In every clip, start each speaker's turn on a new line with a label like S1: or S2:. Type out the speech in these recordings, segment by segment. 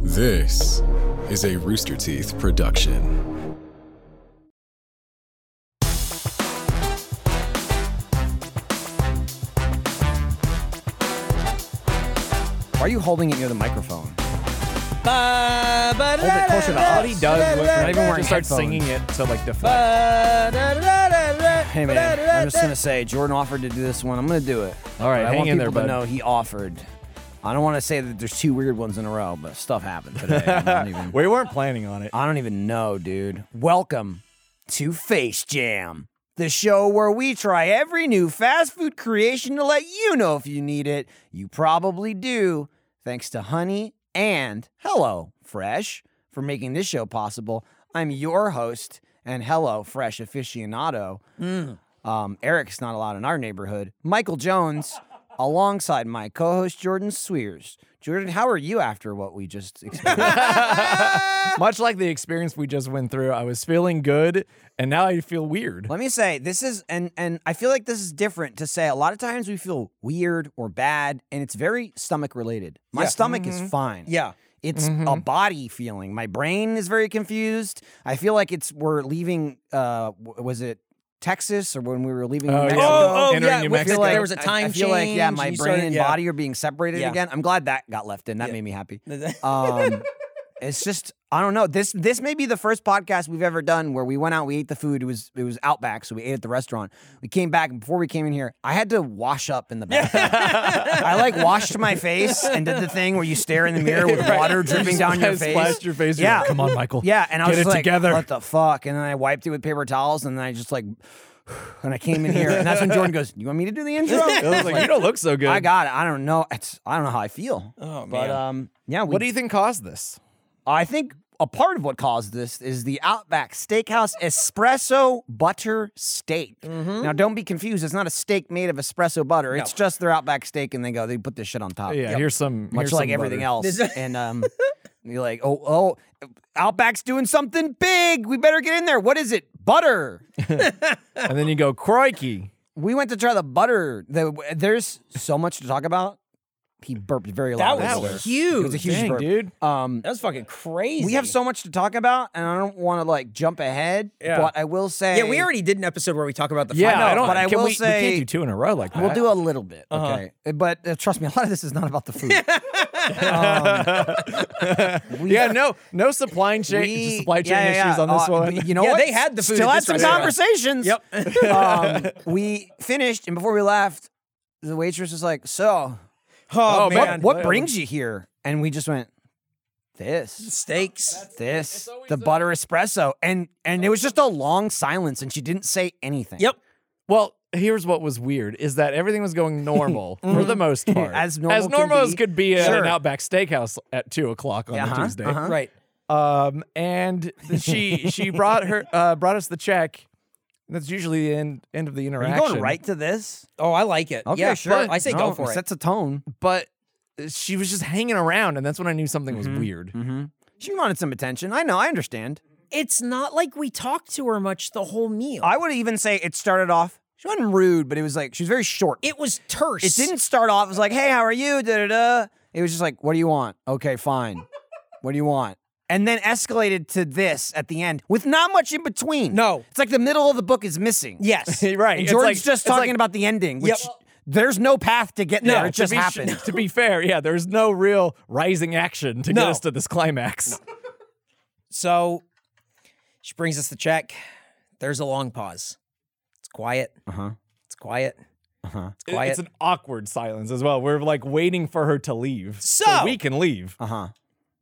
S1: This is a Rooster Teeth production.
S2: Why are you holding it near the microphone?
S3: Hold it closer to
S2: All
S3: us.
S2: he does was not even wearing
S3: Just start
S2: headphones.
S3: singing it to like deflect. Uh,
S2: Hey
S3: Hey
S2: man, I'm just gonna say Jordan offered to do this one. I'm gonna do it.
S3: All right,
S2: But I
S3: hang
S2: want
S3: in
S2: people
S3: there,
S2: to
S3: bud.
S2: know he offered. I don't want to say that there's two weird ones in a row, but stuff happened today. I, don't even,
S3: We weren't planning on it.
S2: I don't even know, dude. Welcome to Face Jam, the show where we try every new fast food creation to let you know if you need it. You probably do, thanks to Honey and Hello Fresh for making this show possible. I'm your host and Hello Fresh aficionado. Um, Eric's not allowed in our neighborhood. Michael Jones, alongside my co-host Jordan Swears. Jordan, how are you after what we just experienced?
S3: Much like the experience we just went through, I was feeling good, and now I feel weird.
S2: Let me say this is and and I feel like this is different to say. A lot of times we feel weird or bad, and it's very stomach related. My stomach
S3: Mm-hmm.
S2: is fine.
S4: Yeah.
S2: It's a body feeling. My brain is very confused. I feel like it's we're leaving. Uh, w- was it Texas or when we were leaving? New
S3: Oh, yeah.
S2: Mexico?
S3: Oh, oh,
S4: yeah,
S3: Entering New
S4: with-
S3: Mexico.
S4: there was a
S2: I-
S4: time
S2: I, feel like yeah,
S4: change,
S2: my brain
S4: and you started-
S2: and
S4: yeah.
S2: body are being separated
S4: Yeah.
S2: again. I'm glad that got left in. That made me happy. Um, it's just I don't know. This this may be the first podcast we've ever done where we went out, we ate the food. It was it was Outback, so we ate at the restaurant. We came back and before we came in here, I had to wash up in the bathroom. I like washed my face and did the thing where you stare in the mirror with water dripping down your
S3: Splashed-
S2: face.
S3: Splashed your face. You're
S2: Yeah.
S3: like, Come on, Michael.
S2: Yeah, and I was
S3: Get
S2: just
S3: it
S2: like,
S3: together.
S2: what the fuck? And then I wiped it with paper towels, and then I just like, and I came in here, and that's when Jordan goes, "You want me to do the intro?"
S3: I was like, you don't look so good.
S2: I got it. I don't know. It's I don't know how I feel.
S4: Oh,
S2: but
S4: man.
S2: um, yeah. We,
S3: What do you think caused this?
S2: I think a part of what caused this is the Outback Steakhouse espresso butter steak.
S3: Mm-hmm.
S2: Now, don't be confused. It's not a steak made of espresso butter. It's just their Outback steak, and they go they put this shit on top.
S3: Yeah, here's some.
S2: much
S3: here's
S2: like
S3: some
S2: everything
S3: butter.
S2: else. and um, you're like, oh, oh, Outback's doing something big. We better get in there. What is it? Butter.
S3: And then you go, crikey.
S2: we went to try the butter. The, there's so much to talk about. He burped very loud.
S4: was
S2: huge. It was a huge
S3: Dang,
S2: burp.
S3: dude.
S2: Um,
S4: That was fucking crazy.
S2: we have so much to talk about, and I don't want to like jump ahead.
S4: Yeah.
S2: But I will say,
S4: Yeah, we already did an episode where we talk about the
S3: Yeah,
S4: final.
S3: I don't.
S2: but I
S3: can
S2: will
S3: we,
S2: say-
S3: we can't do two in a row like that.
S2: We'll do a little bit,
S4: Uh-huh.
S2: okay? But uh, trust me, a lot of this is not about the food. Um, we-
S3: yeah, no, no supply chain
S2: we-
S3: supply chain
S2: yeah, yeah,
S3: issues on this
S2: uh,
S3: one.
S2: but You know
S4: Yeah,
S2: what?
S4: they had the food
S2: Still had
S4: at this
S2: some
S4: restaurant.
S2: conversations.
S4: Yep.
S2: um, we finished, and before we left, the waitress was like, "So,
S4: Oh,
S3: Oh,
S4: man.
S2: what,
S3: man.
S2: what brings you here?" And we just went, "This."
S4: Steaks.
S2: this the butter espresso and and it was just a long silence and she didn't say anything
S4: Yep.
S3: Well, here's what was weird is that everything was going normal for the most part.
S2: Mm-hmm. As normal
S3: as
S2: can
S3: normal as
S2: be.
S3: could be at
S2: Sure.
S3: an Outback Steakhouse at two o'clock on
S2: Uh-huh,
S3: a Tuesday.
S2: uh-huh.
S4: Right.
S3: Um, and she she brought her uh, brought us the check. That's usually the end end of the
S2: are you
S3: interaction.
S2: going right to this
S4: Oh, I like it.
S2: okay
S4: yeah,
S2: sure
S4: I say
S2: No,
S4: go for it.
S2: sets a tone
S3: but uh, she was just hanging around, and that's when I knew something
S2: Mm-hmm,
S3: was weird.
S2: she wanted some attention i know i understand
S4: It's not like we talked to her much the whole meal.
S2: i would even say it started off she wasn't rude but it was like she was very short
S4: it was terse.
S2: It didn't start off as like, hey, how are you? Da da da. It was just like, what do you want? Okay, fine. What do you want? And then escalated to this at the end with not much in between.
S4: No.
S2: It's like the middle of the book is missing.
S4: Yes.
S3: Right,
S2: And
S3: it's
S2: Jordan's
S3: like-
S2: just
S3: it's like-
S2: talking about the ending, which
S4: Yep.
S2: there's no path to get there.
S3: to
S2: it just
S3: be-
S2: happened.
S3: To be fair, yeah, there's no real rising action to get
S4: No.
S3: us to this climax.
S4: So she brings us the check. There's a long pause. It's quiet.
S2: Uh-huh.
S4: It's quiet.
S2: Uh-huh.
S4: It's quiet.
S3: It's an awkward silence as well. We're like waiting for her to leave.
S4: So-
S3: we can leave.
S2: Uh-huh.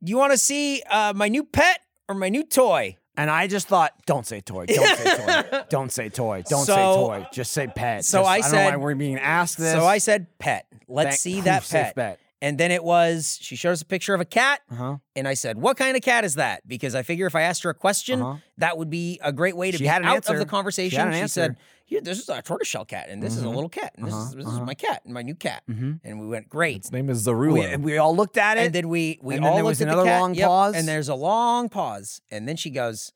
S4: you want to see uh, my new pet or my new toy?
S2: And I just thought, don't say toy, don't say toy, don't say toy, don't say
S4: So-
S2: toy, just say pet.
S4: so
S2: Just-
S4: I
S2: don't know why
S4: said-
S2: we're being asked this.
S4: So I said pet. Let's
S2: Thank-
S4: see that
S2: safe
S4: pet.
S2: bet.
S4: And then it was she showed us a picture of a cat,
S2: Uh-huh.
S4: and I said, "What kind of cat is that?" Because I figure if I asked her a question,
S2: Uh-huh.
S4: that would be a great way to
S2: She
S4: be
S2: had an
S4: out
S2: answer.
S4: of the conversation.
S2: She had an answer. Mm-hmm.
S4: said, "Here, this is a tortoiseshell cat, and this is a little cat, and this
S2: Uh-huh,
S4: is this is my cat, and my new cat." And we went, "Great."
S3: His name is Zarula.
S2: We, uh, we all looked at Mm-hmm. it.
S4: And then we we
S2: And
S4: all
S2: then there
S4: looked
S2: was
S4: at the
S2: another
S4: cat,
S2: long
S4: yep,
S2: pause.
S4: and there's a long pause, and then she goes,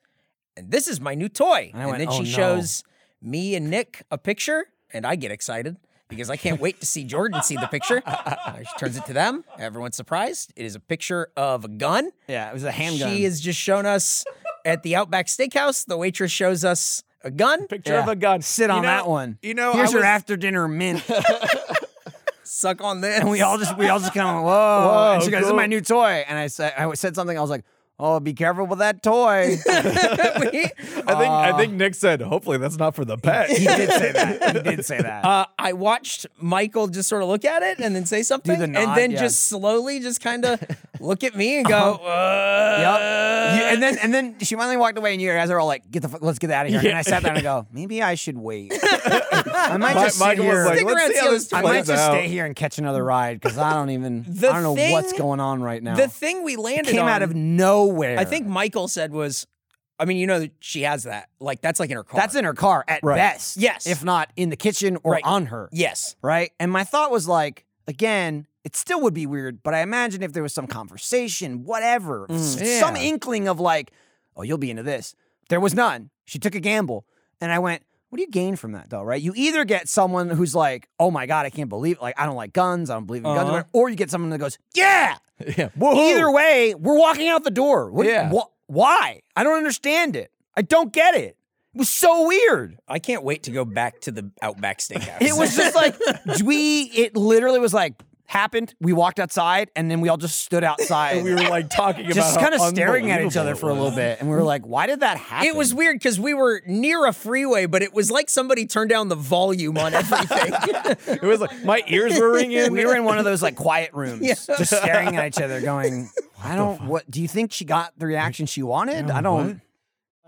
S4: "And this is my new toy."
S2: And I went,
S4: then
S2: "Oh,
S4: she
S2: no."
S4: shows me and Nick a picture, and I get excited. because I can't wait to see Jordan see the picture. Uh, she turns it to them. Everyone's surprised. It is a picture of a gun.
S2: Yeah, it was a handgun.
S4: She has just shown us at the Outback Steakhouse. The waitress shows us a gun.
S3: Picture
S2: Yeah.
S3: of a gun.
S2: Sit
S3: You
S2: on
S3: know-
S2: that one.
S3: You know,
S2: here's
S3: I
S2: your
S3: was-
S2: after dinner mint.
S4: Suck on this.
S2: And we all just we all just kind of went, whoa.
S3: Whoa,
S2: and she goes, "This is my
S3: cool.
S2: new toy." And I said, I said something. I was like, "Oh, be careful with that toy."
S4: We-
S3: I think I think Nick said, hopefully that's not for the pet.
S2: Uh, he did say that. He did say that.
S4: uh, I watched Michael just sort of look at it and then say something,
S2: the nod,
S4: and then
S2: yeah. Uh-huh.
S4: just slowly just kind of look at me and go, uh,
S2: Yep. You- and then and then she finally walked away, and you guys are all like, "Get the fuck, let's get out of here." And I sat there and I go, "Maybe I should wait. I might
S3: Mi-
S2: just sit
S3: Michael was
S2: here.
S3: like,
S4: Stick
S3: let's
S4: around,
S3: see
S4: see
S3: how
S4: how
S3: this
S4: this
S2: I
S3: plays
S2: might just
S3: out.
S2: stay here and catch another ride because I don't even
S4: The
S2: I don't know
S4: thing-
S2: what's going on right now."
S4: The thing we landed
S2: came
S4: on,
S2: out of nowhere.
S4: I think Michael said was, I mean, you know, that she has that. Like that's like in her car.
S2: that's in her car at
S3: Right.
S2: best.
S4: Yes.
S2: if not in the kitchen or
S4: Right.
S2: on her.
S4: Yes.
S2: right? And my thought was like, again, it still would be weird, but I imagine if there was some conversation, whatever, s- some
S3: Mm, Yeah.
S2: inkling of like, oh, you'll be into this. There was none. She took a gamble. And I went, what do you gain from that though, right? You either get someone who's like, oh my God, I can't believe, like, I don't like guns, I don't believe in guns,
S4: Uh-huh.
S2: whatever, or you get someone that goes, yeah.
S3: yeah. Woohoo.
S2: Either way, we're walking out the door. What,
S3: Yeah.
S2: wh- why? I don't understand it. I don't get it. It was so weird.
S4: I can't wait to go back to the Outback Steakhouse.
S2: It was just like we. It literally was like happened. We walked outside, and then we all just stood outside,
S3: we were like talking about
S2: just
S3: how
S2: kind of staring at each
S3: unbelievable
S2: other
S3: it
S2: for a
S3: was.
S2: little bit, and we were like, "Why did that happen?"
S4: It was weird because we were near a freeway, but it was like somebody turned down the volume on everything.
S3: It was like my ears were ringing.
S2: We were in one of those like quiet rooms, just staring at each other, going, "I don't. What do you think she got the reaction she wanted? I don't.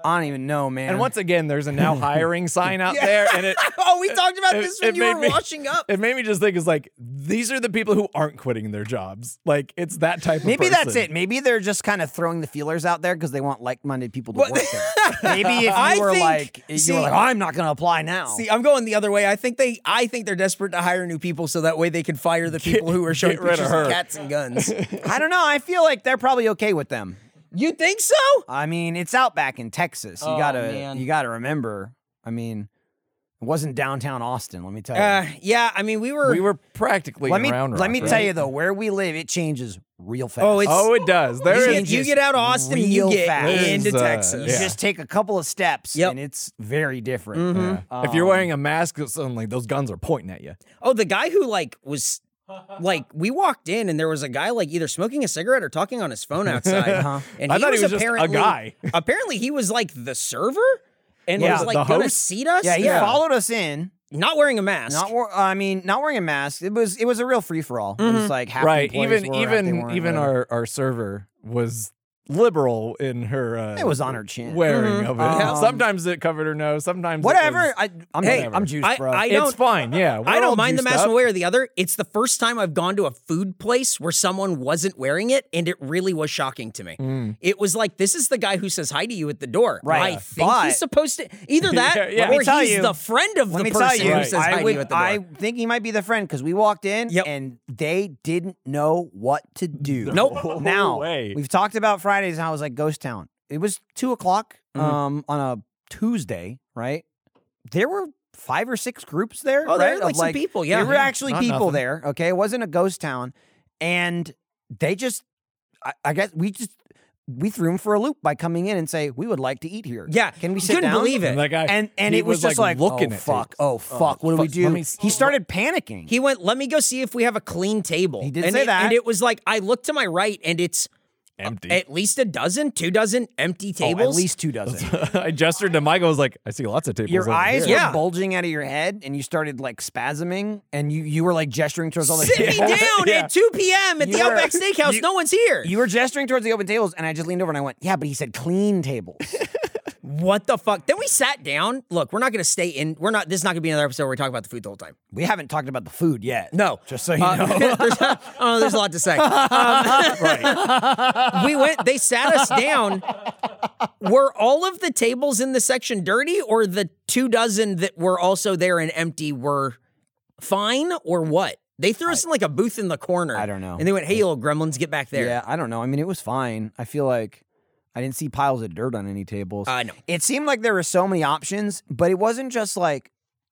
S2: I don't even know, man."
S3: and once again, there's a now hiring sign out there, and it
S4: oh, we talked about
S3: It-
S4: this
S3: it
S4: when you
S3: made
S4: were
S3: me-
S4: washing up.
S3: it made me just think it's like these are the people who aren't quitting their jobs. Like it's that type of
S2: Maybe that's
S3: person.
S2: it. Maybe they're just kind of throwing the feelers out there because they want like-minded people to work there. Maybe if
S4: I
S2: you were
S4: think-
S2: like, you
S4: see-
S2: were like, I'm not going to apply now.
S4: See, I'm going the other way. I think they, I think they're desperate to hire new people so that way they can fire the people who are showing
S3: get rid of
S4: pictures of,
S3: her.
S4: cats and guns.
S2: I don't know. I feel like they're probably okay with them.
S4: you think so?
S3: Uh,
S2: I mean, it's out back in Texas. You
S4: Oh,
S2: gotta,
S4: man.
S2: you gotta remember. I mean, it wasn't downtown Austin. Let me tell you.
S4: Uh, yeah. I mean, we were.
S3: We were practically
S2: let
S3: in
S2: me
S3: Ah, Round
S2: let
S3: Rock,
S2: me
S3: right?
S2: tell you though, where we live, it changes real fast.
S4: Oh, it's-
S3: Oh, it does. There
S4: you,
S3: is
S4: get, you
S2: just
S4: get out of Austin, and you
S2: real
S4: get
S2: fast.
S4: into
S3: It's, uh,
S4: Texas.
S2: you
S3: yeah.
S2: just take a couple of steps,
S4: Yep.
S2: and it's very different.
S4: Mhm.
S3: if you're wearing a mask, suddenly those guns are pointing at you.
S4: Oh, the guy who like was like we walked in and there was a guy like either smoking a cigarette or talking on his phone outside.
S2: Uh-huh.
S4: And
S3: I
S4: he
S3: thought he
S4: was,
S3: was just a
S4: apparently
S3: guy.
S4: apparently he was like the server and
S2: Yeah,
S4: was like
S3: the
S4: gonna
S3: host?
S4: seat us.
S2: Yeah, he followed us in.
S4: not wearing a mask.
S2: Not, wor- I mean, not wearing a mask. It was, it was a real free for all.
S4: Mm-hmm.
S2: It was like half
S3: right.
S2: employees
S3: Even
S2: were, half they
S3: even
S2: weren't,
S3: even
S2: whatever.
S3: our our server was liberal in her. Uh,
S2: It was on her chin.
S3: Wearing of it.
S2: Um,
S3: sometimes it covered her nose. Sometimes it
S2: whatever.
S3: was-
S2: I, I'm,
S4: Hey,
S2: I'm juiced,
S4: I-
S2: bro.
S4: I
S3: it's
S4: don't-
S3: fine. Yeah.
S4: I
S3: we're all
S4: don't mind the
S3: juiced
S4: mask
S3: up.
S4: one way or the other. It's the first time I've gone to a food place where someone wasn't wearing it, and it really was shocking to me. It was like, this is the guy who says hi to you at the door.
S2: Mm. Right.
S4: I think
S2: But-
S4: he's supposed to either that
S3: Yeah, yeah. Let me
S4: or
S2: tell
S4: he's
S2: you-
S4: the friend of
S2: Let
S4: the
S2: me
S4: person
S2: tell you,
S4: who says hi
S2: I,
S4: to
S2: would,
S4: you at the door.
S2: I think he might be the friend because we walked in
S4: Yep.
S2: and they didn't know what to do.
S4: Nope.
S2: Now
S3: way.
S2: we've talked about Fridays and I was like Ghost Town. It was two o'clock
S4: Mm-hmm.
S2: um, on a Tuesday, right? There were five or six groups there.
S4: Oh,
S2: right?
S4: there were,
S2: Of,
S4: like, some people, yeah.
S2: there were
S4: Yeah,
S2: actually
S3: not
S2: people
S3: nothing.
S2: there. Okay, it wasn't a ghost town, and they just, I, I guess we just. We threw him for a loop by coming in and say we would like to eat here.
S4: yeah.
S2: can we
S4: you
S2: sit
S4: couldn't
S2: down?
S4: believe it.
S3: And that guy,
S2: and and
S3: he
S2: it was, just like,
S3: looking
S2: oh,
S3: at
S2: fuck,
S3: dudes.
S2: oh fuck, what do we
S3: fuck, let
S2: do?
S3: me-
S2: he started panicking.
S4: He went, let me go see if we have a clean table.
S2: He did
S4: and
S2: say
S4: it-
S2: that.
S4: And it was like, I look to my right and it's
S3: empty.
S2: eh,
S4: at least a dozen, two dozen empty
S2: Oh,
S4: tables.
S2: at least two dozen.
S3: I gestured to Michael. I was like, I see lots of tables.
S2: Your
S3: over
S2: eyes
S3: here.
S4: Yeah.
S2: were bulging out of your head, and you started like spasming, and you you were like gesturing towards all the
S4: Sit me
S2: tables.
S4: down
S3: Yeah.
S4: at 2 p.m. at
S2: You
S4: the
S2: were-
S4: Outback Steakhouse.
S2: you-
S4: no one's here.
S2: You were gesturing towards the open tables, and I just leaned over and I went, "Yeah, but he said clean tables."
S4: What the fuck? Then we sat down. Look, we're not going to stay in. We're not. This is not going to be another episode where we talk about the food the whole time.
S2: we haven't talked about the food yet.
S4: No,
S2: just so you
S4: Uh,
S2: know.
S4: there's, not- oh, there's a lot to say. Um, we went. They sat us down. Were all of the tables in the section dirty, or the two dozen that were also there and empty were fine, or what? They threw us in like a booth in the corner.
S2: I don't know.
S4: And they went, "Hey, you little gremlins, get back there."
S2: Yeah, I don't know. I mean, it was fine. I feel like I didn't see piles of dirt on any tables.
S4: I know.
S2: It seemed like there were so many options, but it wasn't just like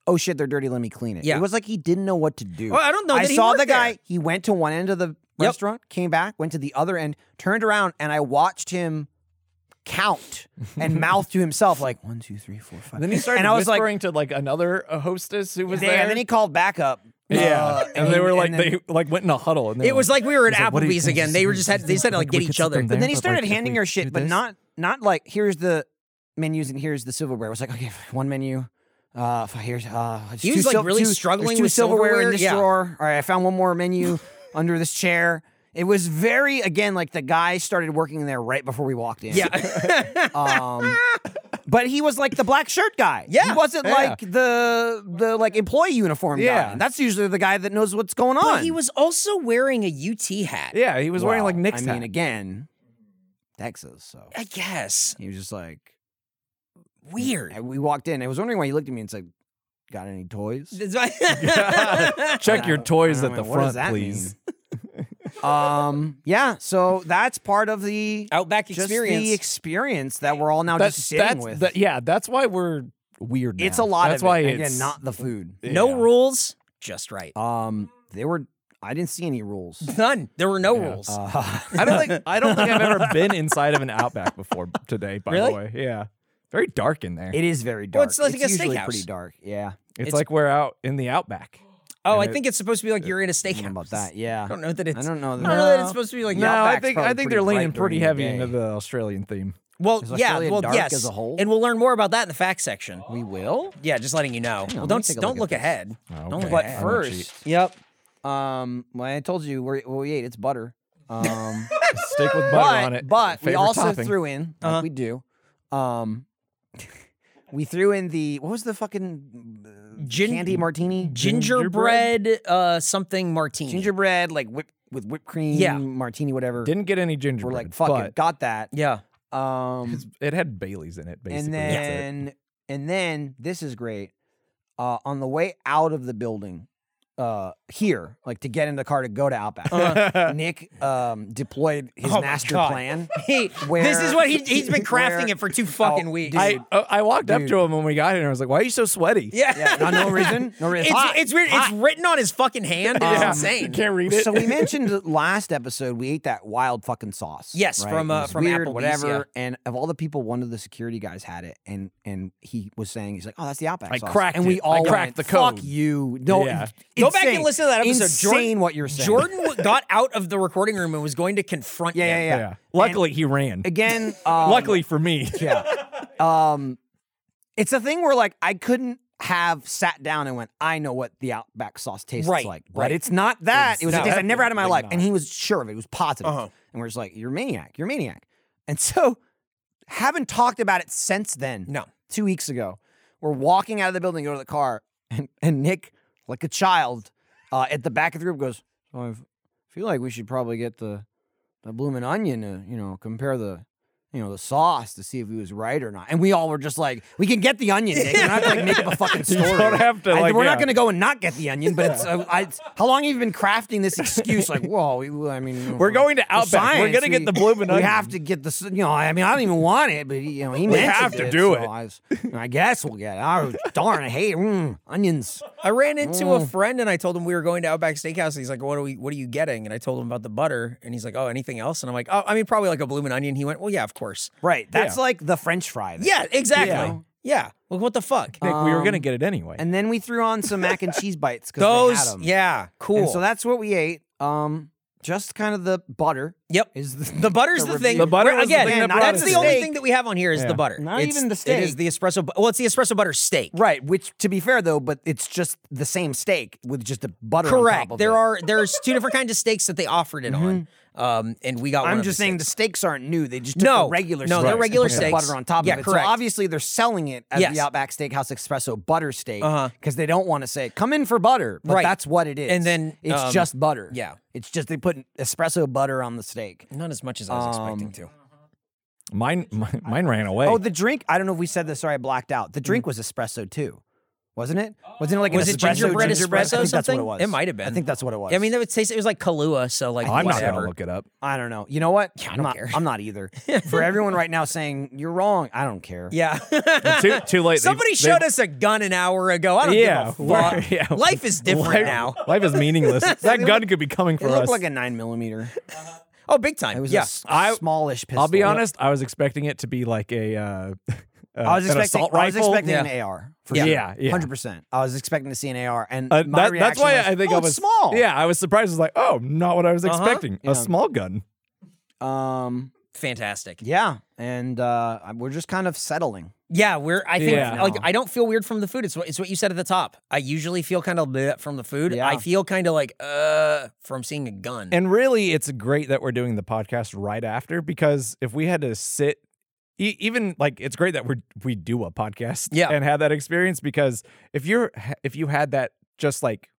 S2: oh shit, they're dirty, let me clean it.
S4: Yeah.
S2: It was like he didn't know what to do.
S4: Well, I don't know
S2: I
S4: that he
S2: saw the
S4: worked there.
S2: guy, he went to one end of the
S4: Yep.
S2: restaurant, came back, went to the other end, turned around, and I watched him count and mouth to himself like one, two, three, four, five.
S3: Then he started
S2: and I was like,
S3: whispering to like another uh, hostess who was
S2: yeah,
S3: there.
S2: and then he called back up.
S3: yeah,
S2: Uh,
S3: and, they
S2: he-
S3: were like
S2: and then-
S3: they like went in a huddle. And they
S4: It
S3: were
S4: was like we were at
S3: He's like, "What do you
S4: Applebee's
S3: think?
S4: again. They were just had they said to like
S3: We
S4: get
S3: could
S4: each
S3: sit
S4: other.
S3: them
S2: But
S3: there,
S2: then he
S3: but,
S2: started
S3: like, if
S2: handing
S3: we
S2: her shit,
S3: do
S2: but
S3: this-
S2: not not like here's the menus and here's the silverware. It was like okay, one menu. Uh, f- here's uh, it's
S4: He
S2: two
S4: was, like,
S2: sil-
S4: really
S2: two-
S4: struggling
S2: there's two
S4: with
S2: silverware, in
S4: silverware,
S2: this
S4: yeah.
S2: drawer. All right, I found one more menu under this chair. It was very again like the guy started working there right before we walked in.
S4: Yeah.
S2: Um, but he was like the black shirt guy.
S4: Yeah.
S2: He wasn't
S3: Yeah.
S2: like the the like employee uniform
S3: Yeah.
S2: guy. That's usually the guy that knows what's going on.
S4: but he was also wearing a UT hat.
S3: yeah, he was wearing like
S2: Well,
S3: Knicks
S2: I mean,
S3: hat.
S2: again, Texas. So
S4: I guess.
S2: he was just like. Mm.
S4: Weird.
S2: And we walked in. I was wondering why he looked at me and said, "Got any toys?"
S4: That's why-
S3: Check your toys
S2: And
S3: at
S2: Uh, I went,
S3: the
S2: "What does
S3: front,
S2: that
S3: please.
S2: mean?" um. Yeah. So that's part of the
S4: Outback
S2: just
S4: experience.
S2: the experience that we're all now
S3: That's
S2: just sitting
S3: that's
S2: with.
S3: that- yeah. That's why we're weird.
S2: it's
S3: now.
S2: a lot
S3: That's
S2: of
S3: why
S2: it.
S3: it's
S2: again not the food.
S4: no
S3: Yeah.
S4: rules, just right.
S2: Um. They were. I didn't see any rules.
S4: None. There were no
S3: Yeah.
S4: rules.
S2: Uh,
S3: I don't think I don't think I've ever been inside of an Outback before today. By
S4: Really?
S3: the way, yeah, very dark in there.
S2: it is very dark.
S4: Well, it's like a
S2: usually
S4: steakhouse.
S2: pretty dark. Yeah.
S3: it's,
S4: it's-
S3: like we're out in the Outback.
S4: oh,
S3: and
S4: I
S3: it-
S4: think it's supposed to be like you're in a
S2: I don't
S4: steakhouse.
S2: know about that.
S4: I
S2: Yeah.
S4: don't know that it's.
S2: I don't know.
S4: I don't know that
S2: No.
S4: it's supposed to be like.
S2: No,
S4: Outback.
S2: Outback's
S3: I think I
S2: probably
S3: think they're
S2: pretty
S3: leaning
S2: bright
S3: pretty
S2: during
S3: heavy
S2: the
S3: into
S2: day.
S3: the Australian theme.
S4: Well,
S2: Is
S4: yeah.
S2: Australia
S4: Well,
S2: dark
S4: yes.
S2: as a whole?
S4: And we'll learn more about that in the fact section.
S2: We will.
S4: Yeah, just letting you know.
S2: let
S4: Well,
S2: me
S4: don't
S2: take a
S4: don't
S2: look
S4: look
S2: at
S4: ahead.
S3: Oh,
S4: Don't
S3: okay.
S4: look
S2: But
S4: ahead.
S2: first, yep. Um, well, I told you where what we ate. It's butter. Um,
S3: Steak with butter
S2: but
S3: on it.
S2: but we
S3: Favorite
S2: also
S3: topping.
S2: threw in like
S4: Uh-huh.
S2: we do. Um, we threw in the what was the fucking uh,
S4: Gin-
S2: candy martini
S4: gingerbread, uh, something martini.
S2: gingerbread like whip with whipped cream
S4: Yeah.
S2: martini whatever.
S3: didn't get any
S2: We're
S3: gingerbread.
S2: like fucking got that.
S4: Yeah.
S2: Um,
S3: but It had Bailey's in it, basically.
S2: and
S3: that's it.
S2: then and then this is great. Uh, on the way out of the building, uh, here like to get in the car to go to Outback. Nick um, deployed his
S4: Uh-huh. Oh my
S2: master
S4: God.
S2: plan.
S4: He, this is
S2: Where-
S4: what he he's been crafting
S2: where-
S4: it for two fucking
S2: Oh,
S4: weeks.
S2: dude.
S3: I uh, I walked up
S2: Dude.
S3: to him when we got here and I was like, "Why are you so sweaty?"
S4: yeah.
S2: Yeah, no, no reason. No reason. Ah,
S4: It's, it's weird. It's written on his fucking hand. It's
S3: Yeah. You
S4: insane.
S3: can't read it.
S2: so we mentioned last episode we ate that wild fucking sauce.
S4: Yes,
S2: right?
S4: from,
S2: It
S4: uh,
S2: was
S4: from
S2: weird,
S4: Applebee's,
S2: whatever.
S4: yeah.
S2: And of all the people, one of the security guys had it, and and he was saying he's like, "Oh, that's the Outback."
S3: I
S2: sauce."
S3: cracked
S2: and we
S3: it. I
S2: all went,
S3: cracked the
S2: Fuck
S3: code."
S2: you! No,
S3: Yeah.
S2: in-
S4: Go back
S2: insane.
S4: and listen to that episode.
S2: Insane
S4: Jordan,
S2: what you're saying.
S4: Jordan w- got out of the recording room and was going to confront
S2: Yeah,
S4: him.
S2: yeah, yeah.
S3: yeah. Luckily, he ran.
S2: Again, um,
S3: Luckily for me.
S2: yeah. Um, it's a thing where like I couldn't have sat down and went, I know what the Outback sauce tastes
S4: Right,
S2: like,
S4: right.
S2: but it's not that. it was a
S4: No,
S2: taste I never had in my
S3: definitely
S2: life, and he was sure of it. It was positive,
S4: Uh-huh.
S2: and we're just like, you're a maniac, you're a maniac, and so haven't talked about it since then.
S4: No.
S2: two weeks ago, we're walking out of the building, to go to the car, and, and Nick, like a child, uh, at the back of the group goes, oh, I f- feel like we should probably get the the blooming onion to you know compare the you know the sauce to see if he was right or not. And we all were just like, we can get the onion. Nick. We don't have to like make up a fucking
S3: You
S2: story.
S3: don't have to,
S2: I-
S3: like,
S2: we're not
S3: yeah.
S2: going to go and not get the onion. But it's, uh, I, it's- how long have you been crafting this excuse? Like, whoa, we, I mean, you know,
S3: We're
S2: for-
S3: going to
S2: for
S3: Outback. We're
S2: science,
S3: gonna get
S2: we-
S3: the bloomin'
S2: We have
S3: onion.
S2: to get the s- you know. I mean, I don't even want it, but you know, he mentioned
S3: have to
S2: it,
S3: do
S2: so
S3: it.
S2: I, was- I guess we'll get it. Oh, darn, I hate mm, onions.
S4: I ran into a
S2: Mm.
S4: friend and I told him we were going to Outback Steakhouse. And he's like, "What are we? What are you getting?" And I told him about the butter, and he's like, "Oh, anything else?" And I'm like, "Oh, I mean, probably like a blooming onion." He went, "Well, yeah, of course."
S2: Right, that's
S3: Yeah.
S2: like the French fry. there.
S4: Yeah, exactly.
S3: Yeah.
S4: Yeah. Well, what the fuck?
S3: Nick, we were gonna get it anyway.
S2: Um, And then we threw on some mac and cheese bites because
S4: Those,
S2: They had 'em.
S4: yeah, cool.
S2: And so that's what we ate. Um, just kind of the butter
S4: yep.
S2: is the,
S4: The butter's the,
S2: the
S4: thing.
S2: review.
S3: The butter
S4: We're-
S3: was the
S4: again.
S3: thing that brought
S4: that's
S3: us
S4: the
S3: to
S4: only
S2: steak.
S4: thing that we have on here is
S3: Yeah.
S4: the butter.
S2: Not
S4: It's-
S2: even the
S4: It is
S2: steak.
S4: the espresso. bu- Well, it's the espresso butter steak.
S2: right. Which, to be fair though, but it's just the same steak with just a butter. on top
S4: Correct.
S2: of
S4: There
S2: it. Mm-hmm.
S4: are there's two different kinds of steaks that they offered it on, um, and we got. one
S2: I'm
S4: of
S2: just
S4: the
S2: saying
S4: steaks.
S2: the steaks aren't new. They just took
S4: No.
S2: the regular
S4: No,
S2: steaks
S4: they're
S2: and
S4: regular
S2: put the
S4: steaks.
S2: butter on top
S4: Yeah,
S2: of it.
S4: correct.
S2: So obviously they're selling it as
S4: Yes.
S2: the Outback Steakhouse Espresso butter steak
S4: Uh-huh.
S2: because they don't want to say come in for butter, but
S4: Right.
S2: that's what it is.
S4: And then,
S2: it's
S4: um,
S2: just butter.
S4: yeah.
S2: it's just they put espresso butter on the steak.
S4: not as much as I was expecting
S2: Um,
S4: to.
S3: mine, mine, mine ran away.
S2: Oh, the drink. I don't know if we said this. Sorry, I blacked out. The drink was espresso too. wasn't it? Wasn't it like
S4: Mm-hmm. Was
S2: an
S4: it
S2: espresso,
S4: gingerbread
S2: I
S4: espresso
S2: think that's what
S4: something?
S2: it was.
S4: It might have been.
S2: I think that's what it was.
S4: I mean, it would taste. It was like Kahlua, so like
S3: I'm not
S4: whatever.
S3: gonna look it up.
S2: I don't know. You know what?
S4: I
S2: I'm
S4: don't
S2: not.
S4: care.
S2: I'm not either. For everyone right now saying you're wrong, I don't care.
S4: yeah.
S3: Too, too late. They've-
S4: Somebody
S3: they've-
S4: showed us a gun an hour ago. I don't
S3: Yeah,
S4: give a fuck.
S3: we're- yeah.
S4: Life is different
S3: life,
S4: now.
S3: Life is meaningless. that gun could be coming
S2: It
S3: for us.
S2: looked like a nine millimeter.
S4: Oh, big time.
S2: It was a
S4: yeah.
S2: s-
S3: I-
S2: smallish pistol.
S3: I'll be honest. I was expecting it to be like a. Uh,
S2: I was
S3: an
S2: expecting.
S3: assault
S2: I was
S3: rifle.
S2: expecting
S4: Yeah.
S2: an AR. For
S4: Yeah.
S2: sure.
S3: Yeah, yeah.
S2: hundred percent. I was expecting to see an AR, and my
S3: Uh, that- that's
S2: reaction
S3: why
S2: was,
S3: I think
S2: "Oh,
S3: I
S2: it's
S3: was
S2: small.
S3: Yeah, I was surprised. I was like, oh, not what I was
S4: Uh-huh.
S3: expecting.
S2: Yeah.
S3: A small gun.
S2: Um.
S4: Fantastic.
S2: Yeah. And uh, we're just kind of settling.
S4: Yeah, we're. I think
S3: Yeah.
S4: like
S2: No.
S4: I don't feel weird from the food. It's what it's what you said at the top. I usually feel kind of bleh from the food.
S2: Yeah.
S4: I feel kind of like uh from seeing a gun.
S3: And really, it's great that we're doing the podcast right after because if we had to sit, e- even like it's great that we are we do a podcast
S4: Yeah.
S3: and have that experience because if you're if you had that just like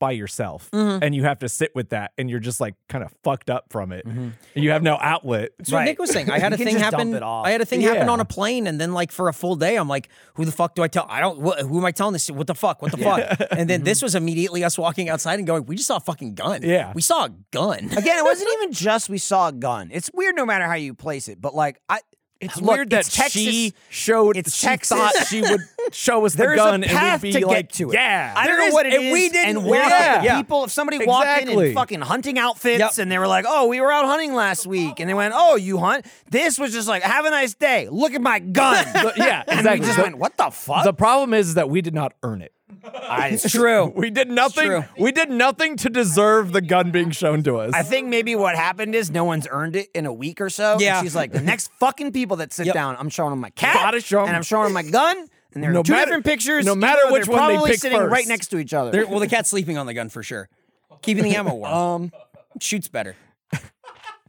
S3: by yourself
S4: Mhm.
S3: and you have to sit with that and you're just like kind of fucked up from it and you have no outlet.
S4: That's what
S2: Right.
S4: Nick was saying. I had
S2: You
S4: a
S2: can
S4: thing
S2: just dump
S4: happen.
S2: it off.
S4: I had a thing happen
S3: Yeah.
S4: on a plane, and then like for a full day, I'm like, who the fuck do I tell? I don't. Wh- who am I telling this? to? What the fuck? What the fuck? And
S2: Mm-hmm.
S4: then this was immediately us walking outside and going, we just saw a fucking gun.
S3: Yeah.
S4: we saw a gun.
S2: Again, it wasn't even just we saw a gun. It's weird no matter how you place it, but like I.
S3: It's
S2: look,
S3: weird that
S2: it's Texas.
S3: she showed
S2: It's
S3: she
S2: Texas.
S3: thought she would show us the
S2: There's
S3: gun
S2: a
S3: and
S2: path
S3: we'd
S2: to
S3: be
S2: get
S3: like,
S2: to it.
S3: yeah.
S2: I don't
S4: There
S2: know
S4: is-
S2: what it is.
S4: and we didn't-
S2: And where
S3: Yeah.
S2: the
S3: Yeah.
S2: people, if somebody walked in
S3: Exactly.
S2: in fucking hunting outfits,
S4: Yep.
S2: and they were like, "Oh, we were out hunting last week," and they went, "Oh, you hunt?" This was just like, "Have a nice day. Look at my gun."
S3: But yeah,
S2: and
S3: exactly.
S2: we just
S3: The-
S2: went, "What the fuck?"
S3: the problem is that we did not earn it.
S2: I,
S4: It's true.
S3: We did nothing.
S4: true.
S3: We did nothing to deserve the gun being shown to us.
S2: I think maybe what happened is no one's earned it in a week or so. and
S4: Yeah.
S2: she's like, the next fucking people that sit
S4: Yep.
S2: down, I'm showing them my cat,
S3: Gotta show 'em.
S2: and I'm showing them my gun, and they're
S3: No
S2: two
S3: matter-
S2: different pictures.
S3: no
S2: even
S3: matter
S2: though
S3: which
S2: they're
S3: one they
S2: probably
S3: pick
S2: sitting right
S3: first.
S2: next to each other.
S4: There- well, the cat's sleeping on the gun for sure, keeping the ammo warm. Um, shoots better.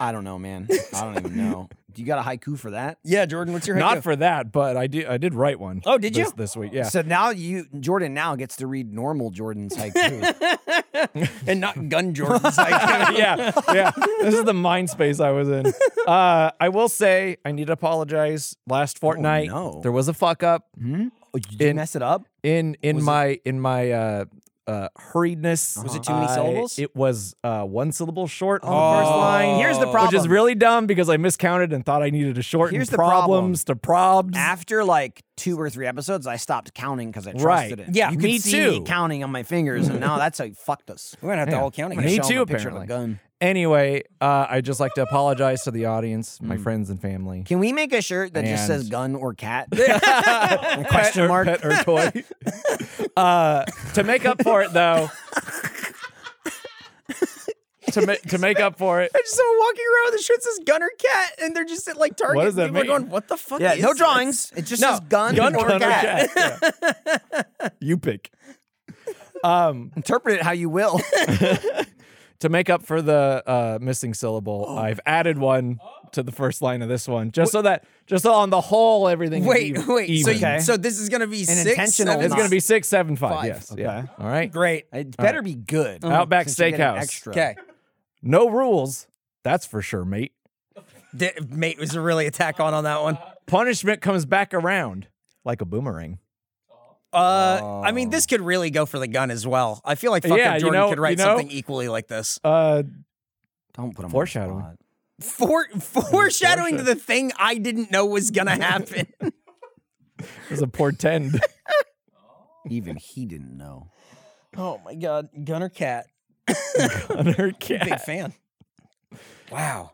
S2: I don't know, man. I don't even know. You got a haiku for that?
S4: Yeah, Jordan, what's your
S3: Not
S4: haiku?
S3: for that, but I did. I did write one.
S4: Oh, did
S3: this-
S4: you?
S3: this week? Yeah.
S2: So now you, Jordan, now gets to read normal Jordan's haiku.
S4: and not gun Jordan's
S3: yeah,
S4: like
S3: yeah, yeah. This is the mind space I was in. Uh, I will say I need to apologize. Last fortnight,
S2: Oh, no.
S3: there was a fuck up
S2: Did you mess it up?
S3: in in my in my uh, uh, hurriedness.
S4: Was it too many
S3: I-
S4: syllables?
S3: It was uh, one syllable short on the first line.
S2: Oh. Here's the
S3: Which is
S2: problem.
S3: really dumb because I miscounted and thought I needed to shorten
S2: Here's the problem. Ah.
S3: problems to probs.
S2: After like two or three episodes, I stopped counting because I trusted
S3: Right.
S2: it.
S4: Yeah,
S2: you could
S3: me
S2: see
S3: too.
S2: me counting on my fingers, and now that's how you fucked us.
S4: We're gonna have to all count
S2: I'm gonna
S3: Me
S4: again.
S2: show
S3: too,
S2: 'em a picture of a
S3: apparently.
S2: gun.
S3: Anyway, uh, I'd just like to apologize to the audience,
S2: Hmm.
S3: my friends and family.
S2: Can we make a shirt that just says
S3: And-
S2: gun or cat?
S3: Question
S2: mark.
S3: pet or toy. uh, to make up for it, though. to, ma- to make up for it.
S4: I just saw walking around with a shirt that says gun or cat, and they're just at like Target.
S3: does that
S4: and people are
S3: mean?
S4: going, what the fuck?
S2: yeah,
S4: is
S2: no
S4: this?"
S2: drawings. It just says gun, or,
S3: gun
S2: cat.
S3: cat, yeah. you pick. Um,
S2: Interpret it how you will.
S3: to make up for the uh, missing syllable,
S4: Oh.
S3: I've added one to the first line of this one, just so that, just so on the whole, everything. is
S4: Wait,
S3: ev-
S4: wait. So,
S3: even.
S4: you- so this is gonna be six.
S2: intentional
S4: seven-
S3: It's going to be six, seven, five.
S4: Five.
S3: Yes. Yeah. All right.
S4: great.
S2: It better be good.
S3: Outback
S2: since you're getting
S3: Steakhouse.
S2: Extra.
S4: Okay,
S3: No rules. That's for sure, mate.
S4: D- mate was really attack on on that one.
S3: Punishment comes back around like a boomerang.
S4: Uh, I mean, this could really go for the gun as well. I feel like fucking
S3: Yeah, you
S4: Jordan
S3: know-
S4: could write
S3: you know-
S4: something equally like this.
S3: Uh,
S2: Don't put them
S3: Foreshadowing.
S2: On
S4: For- foreshadowing to the thing I didn't know was gonna happen.
S3: there's a portend.
S2: the spot. Even he didn't know.
S4: oh my god, gun or cat?
S3: on her
S4: Big
S3: cat.
S4: fan. Wow.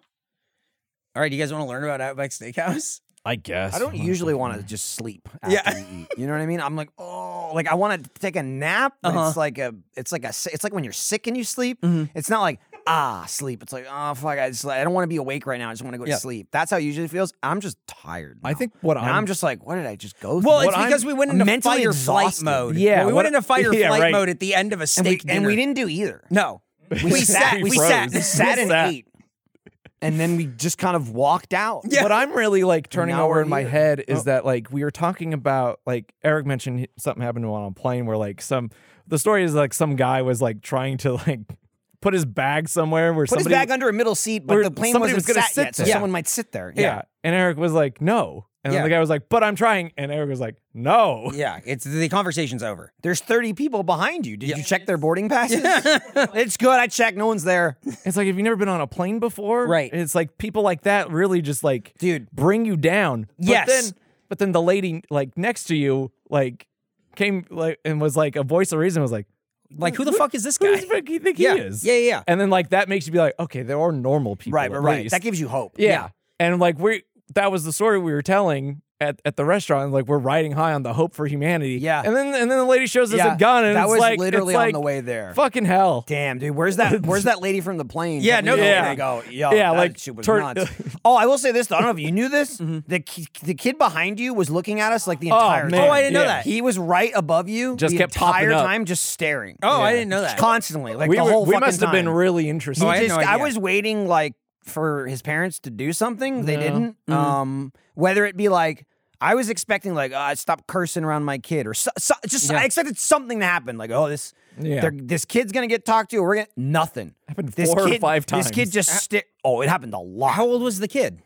S4: All right, do you guys want to learn about Outback Steakhouse?
S3: I guess.
S2: I don't usually want to just sleep. After
S4: Yeah.
S2: you eat. You know what I mean? I'm like, oh, like I want to take a nap. But
S4: Uh-huh.
S2: It's like a, it's like a, si- it's like when you're sick and you sleep. It's not like ah sleep. It's like oh fuck, I just, I don't want to be awake right now. I just want to go
S4: Yeah.
S2: to sleep. That's how it usually feels. I'm just tired.
S3: I
S2: now.
S3: think what
S2: And
S3: I'm-
S2: I'm just like, what did I just go through?
S4: Well,
S2: What
S4: it's
S2: I'm-
S4: because we went into
S2: mentally
S4: fire
S2: exhausted.
S4: flight mode.
S3: Yeah,
S4: we
S3: what-
S4: went into fire
S3: yeah,
S4: flight
S3: right.
S4: mode at the end of a steak
S2: and we,
S4: dinner.
S2: and we didn't do either.
S4: No, we, sat. We
S3: froze.
S4: sat.
S2: We sat and
S3: Sat.
S2: ate, and then we just kind of walked out.
S4: Yeah.
S3: What I'm really like turning
S2: Now
S3: over
S2: we're
S3: in my
S2: here. Oh.
S3: head is that like we were talking about like Eric mentioned he- something happened to him on a plane where like some the story is like some guy was like trying to like put his bag somewhere where
S2: Put
S3: somebody
S2: his bag under a middle seat, but
S3: or
S2: the plane
S3: somebody
S2: wasn't
S3: was gonna
S2: sat
S3: sit
S2: yet, so
S3: there.
S2: someone might sit there.
S3: yeah. and Eric was like no And
S4: Yeah.
S3: then the guy was like, but I'm trying. And Eric was like, no.
S4: Yeah, it's the conversation's over.
S2: There's 30 people behind you. Did you check their boarding passes? it's good. I checked. No one's there.
S3: It's like, if you've never been on a plane before,
S4: Right.
S3: It's like people like that really just like,
S2: Dude.
S3: bring you down. But
S4: Yes.
S3: Then, but then the lady like next to you, like, came like and was like a voice of reason was like,
S4: Like, who the fuck is this
S3: who
S4: guy?
S3: does the fuck you think
S4: Yeah.
S3: he is?
S4: Yeah, yeah, yeah.
S3: And then like that makes you be like, okay, there are normal people.
S2: Right,
S3: at
S2: right, right.
S3: least.
S2: That gives you hope.
S3: Yeah. And like we that was the story we were telling at, at the restaurant. Like we're riding high on the hope for humanity.
S2: Yeah.
S3: And then and then the lady shows us
S2: Yeah,
S3: a gun and
S2: that
S3: it's
S2: was
S3: like
S2: literally
S3: it's
S2: on
S3: like,
S2: the way there.
S3: Fucking hell.
S2: Damn, dude, where's that? Where's that lady from the plane?
S4: Yeah,
S2: that we
S4: no
S2: know
S3: kidding.
S2: They go, yo,
S3: Yeah,
S2: that
S3: like,
S2: shit was
S3: tur-
S2: nuts. oh, I will say this though. I don't know if you knew this. The ki- the kid behind you was looking at us like the entire
S3: man.
S2: time.
S3: Oh, I didn't know
S4: Yeah. that.
S2: He was right above you.
S3: Just
S2: the
S3: kept popping
S2: entire
S3: up.
S2: time, just staring.
S4: Oh, I didn't know that.
S2: Constantly, like
S3: we
S2: the
S3: were-
S2: whole
S3: we
S2: fucking
S3: must have
S2: time.
S3: been really interested.
S4: Oh, I had
S2: just,
S4: no idea.
S2: was waiting like for his parents to do something. They
S3: No.
S2: didn't.
S4: Mm-hmm.
S2: Um, whether it be like I was expecting like uh, stop cursing around my kid or so, so, just
S4: Yeah.
S2: I expected something to happen. Like oh this
S3: Yeah.
S2: they're- this kid's gonna get talked to. Or we're gonna nothing.
S3: Happened
S2: This
S3: four or
S2: kid-
S3: five
S2: This kid
S3: times.
S2: just sti- oh it happened a lot.
S4: Uh, How old was the kid?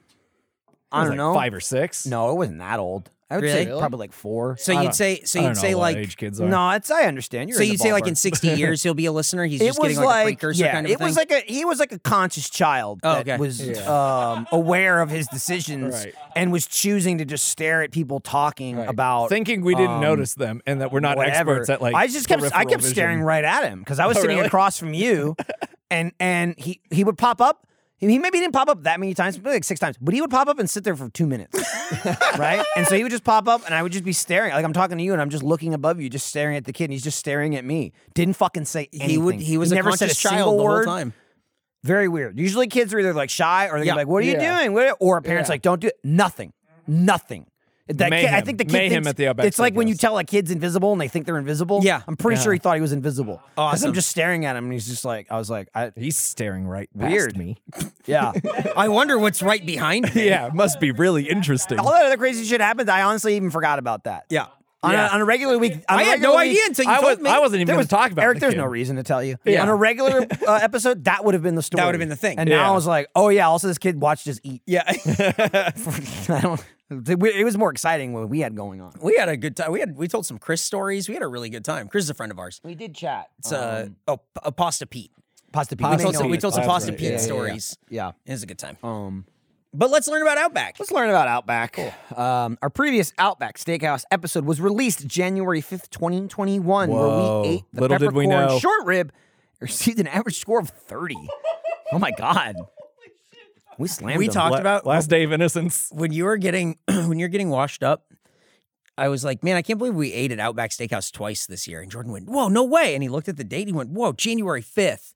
S2: I don't
S3: like
S2: know
S3: Five or six.
S2: No, it wasn't that old. I would say
S4: Really?
S2: probably like four.
S4: So
S3: I
S4: you'd
S3: don't-
S4: say, so
S3: I don't
S4: you'd
S3: know
S4: say
S3: what
S4: like,
S3: age kids are.
S2: no, it's I understand. You're
S4: so
S2: in the
S4: you'd say like in
S2: ballpark.
S4: 60 years he'll be a listener. He's
S2: It
S4: just
S2: was
S4: getting like, a
S2: like,
S4: precursor
S2: yeah,
S4: kind of
S2: it
S4: thing.
S2: was like a he was like a conscious child
S4: Oh,
S2: that
S4: okay.
S2: was um, aware of his decisions
S3: Right.
S2: and was choosing to just stare at people talking about um,
S3: Thinking we didn't notice them and that we're not
S2: whatever.
S3: experts at like
S2: I just kept I
S3: peripheral
S2: kept
S3: vision.
S2: staring right at him because I was
S3: Oh,
S2: sitting
S3: really?
S2: across from you, and and he he would pop up. He maybe didn't pop up that many times, maybe like six times, but he would pop up and sit there for two minutes, right? And so he would just pop up, and I would just be staring. Like I'm talking to you, and I'm just looking above you, just staring at the kid, and he's just staring at me. Didn't fucking say anything.
S4: he would, he was a
S2: never said
S4: conscious
S2: a
S4: child
S2: single
S4: the
S2: word.
S4: whole time.
S2: Very weird. Usually kids are either like shy or they're
S4: Yeah.
S2: like, "What are you
S3: Yeah.
S2: doing?" What- Or a parent's
S3: Yeah.
S2: like, "Don't do it." Nothing. Nothing. That kid, I
S3: Mayhem.
S2: think the kid
S3: Mayhem
S2: thinks-
S3: at the Outback
S2: It's like when you
S3: Steakhouse.
S2: tell a kid's invisible and they think they're invisible.
S4: Yeah.
S2: I'm pretty sure he thought he was invisible. Because
S4: Awesome.
S2: I'm just staring at him and he's just like, I was like, I,
S3: He's staring right past
S2: Weird.
S3: me.
S2: yeah.
S4: I wonder what's right behind me.
S3: Yeah, it must be really interesting.
S2: All that other crazy shit happened. I honestly even forgot about that.
S4: Yeah.
S2: On,
S3: Yeah.
S2: A, on a regular week, on
S4: I
S2: a
S4: had
S2: regular
S4: no
S2: week-
S4: idea until you
S3: oh, I,
S4: told
S3: was,
S4: me.
S3: I wasn't even
S2: There
S3: going to talk about
S2: Eric.
S3: the
S2: there's
S3: kid.
S2: no reason to tell you.
S3: Yeah.
S2: On a regular uh, episode, that would have been the story.
S4: would've been the thing.
S2: And now
S3: Yeah.
S2: I was like, oh yeah. Also, this kid watched us eat.
S4: Yeah.
S2: I don't. It was more exciting what we had going on.
S4: we had a good time. We had, we told some Chris stories. We had a really good time. Chris is a friend of ours.
S2: We did chat.
S4: It's uh
S2: Um,
S4: oh, P- uh, Pasta Pete.
S2: pasta pizza.
S4: We
S3: Pasta
S4: told, some, we
S3: Pete.
S4: told some
S3: That's
S4: Pasta
S3: right.
S4: Pete
S3: Yeah, yeah, yeah.
S4: stories.
S2: Yeah.
S4: It was a good time.
S2: Um,
S4: But let's learn about Outback.
S2: let's learn about Outback. Um, our previous Outback Steakhouse episode was released January fifth, twenty twenty one, where
S3: Whoa.
S2: we ate the
S3: Little did we
S2: peppercorn
S3: know.
S2: short rib. and Received an average score of thirty. oh my god. We slammed.
S4: We
S2: them.
S4: talked
S3: La-
S4: about
S3: last day of innocence.
S4: when you were getting when you're getting washed up, I was like, man, I can't believe we ate at Outback Steakhouse twice this year. And Jordan went, whoa, no way. And he looked at the date. He went, whoa, January 5th.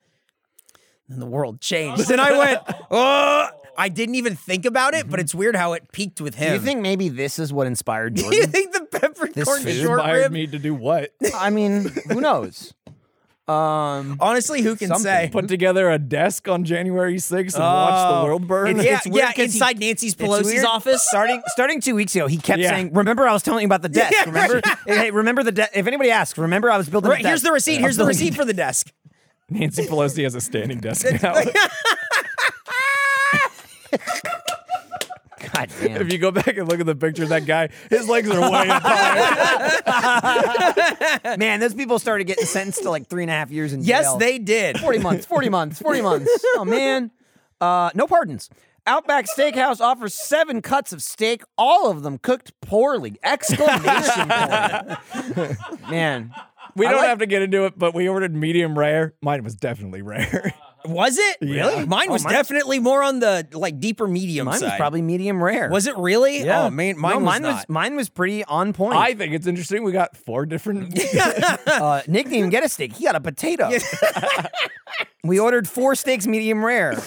S4: And the world changed. and I went, oh, I didn't even think about it, but it's weird how it peaked with him.
S2: Mm-hmm. Do you think maybe this is what inspired
S4: Do you
S2: Jordan?
S4: think the peppercorn
S2: food
S4: short
S3: Inspired
S4: rib?
S3: me to do what?
S2: I mean, who knows? Um,
S4: Honestly, who can
S2: Something.
S4: say?
S3: Put together a desk on January 6th and watch the world burn?
S4: Oh. yeah,
S2: it's weird
S4: yeah,
S2: 'cause he-
S4: inside Nancy's
S2: It's
S4: Pelosi's
S2: weird.
S4: office.
S2: Starting starting two weeks ago, he kept
S3: Yeah.
S2: saying, "Remember, I was telling you about the desk.
S4: Yeah,
S2: remember, hey, remember the desk. If anybody asks, remember, I was building.
S4: Right,
S2: the
S4: here's
S2: desk.
S4: the receipt.
S2: I'm
S4: Here's the
S2: building
S4: receipt for the desk.
S3: Nancy Pelosi has a standing desk now.
S2: a- Oh, God damn.
S3: if you go back and look at the picture of that guy, his legs are way apart.
S2: Man, those people started getting sentenced to like three and a half years in
S4: Yes,
S2: jail.
S4: they did.
S2: forty months, forty months, forty months. Oh man, uh, no pardons. Outback Steakhouse offers seven cuts of steak, all of them cooked poorly. Exclamation point. Man,
S3: We
S2: I
S3: don't
S2: like-
S3: have to get into it, but we ordered medium rare. Mine was definitely rare.
S4: Was it
S2: Oh,
S4: really? Mine was
S2: mine was-
S4: definitely more on the like deeper medium
S2: mine
S4: side.
S2: was probably medium rare.
S4: Was it really?
S2: Yeah,
S4: Oh, man,
S2: No,
S4: mine, was,
S2: mine
S4: not.
S2: mine was pretty on point.
S3: I think it's interesting. We got four different.
S2: Uh, Nick didn't even get a steak. He got a potato. we ordered four steaks, medium rare.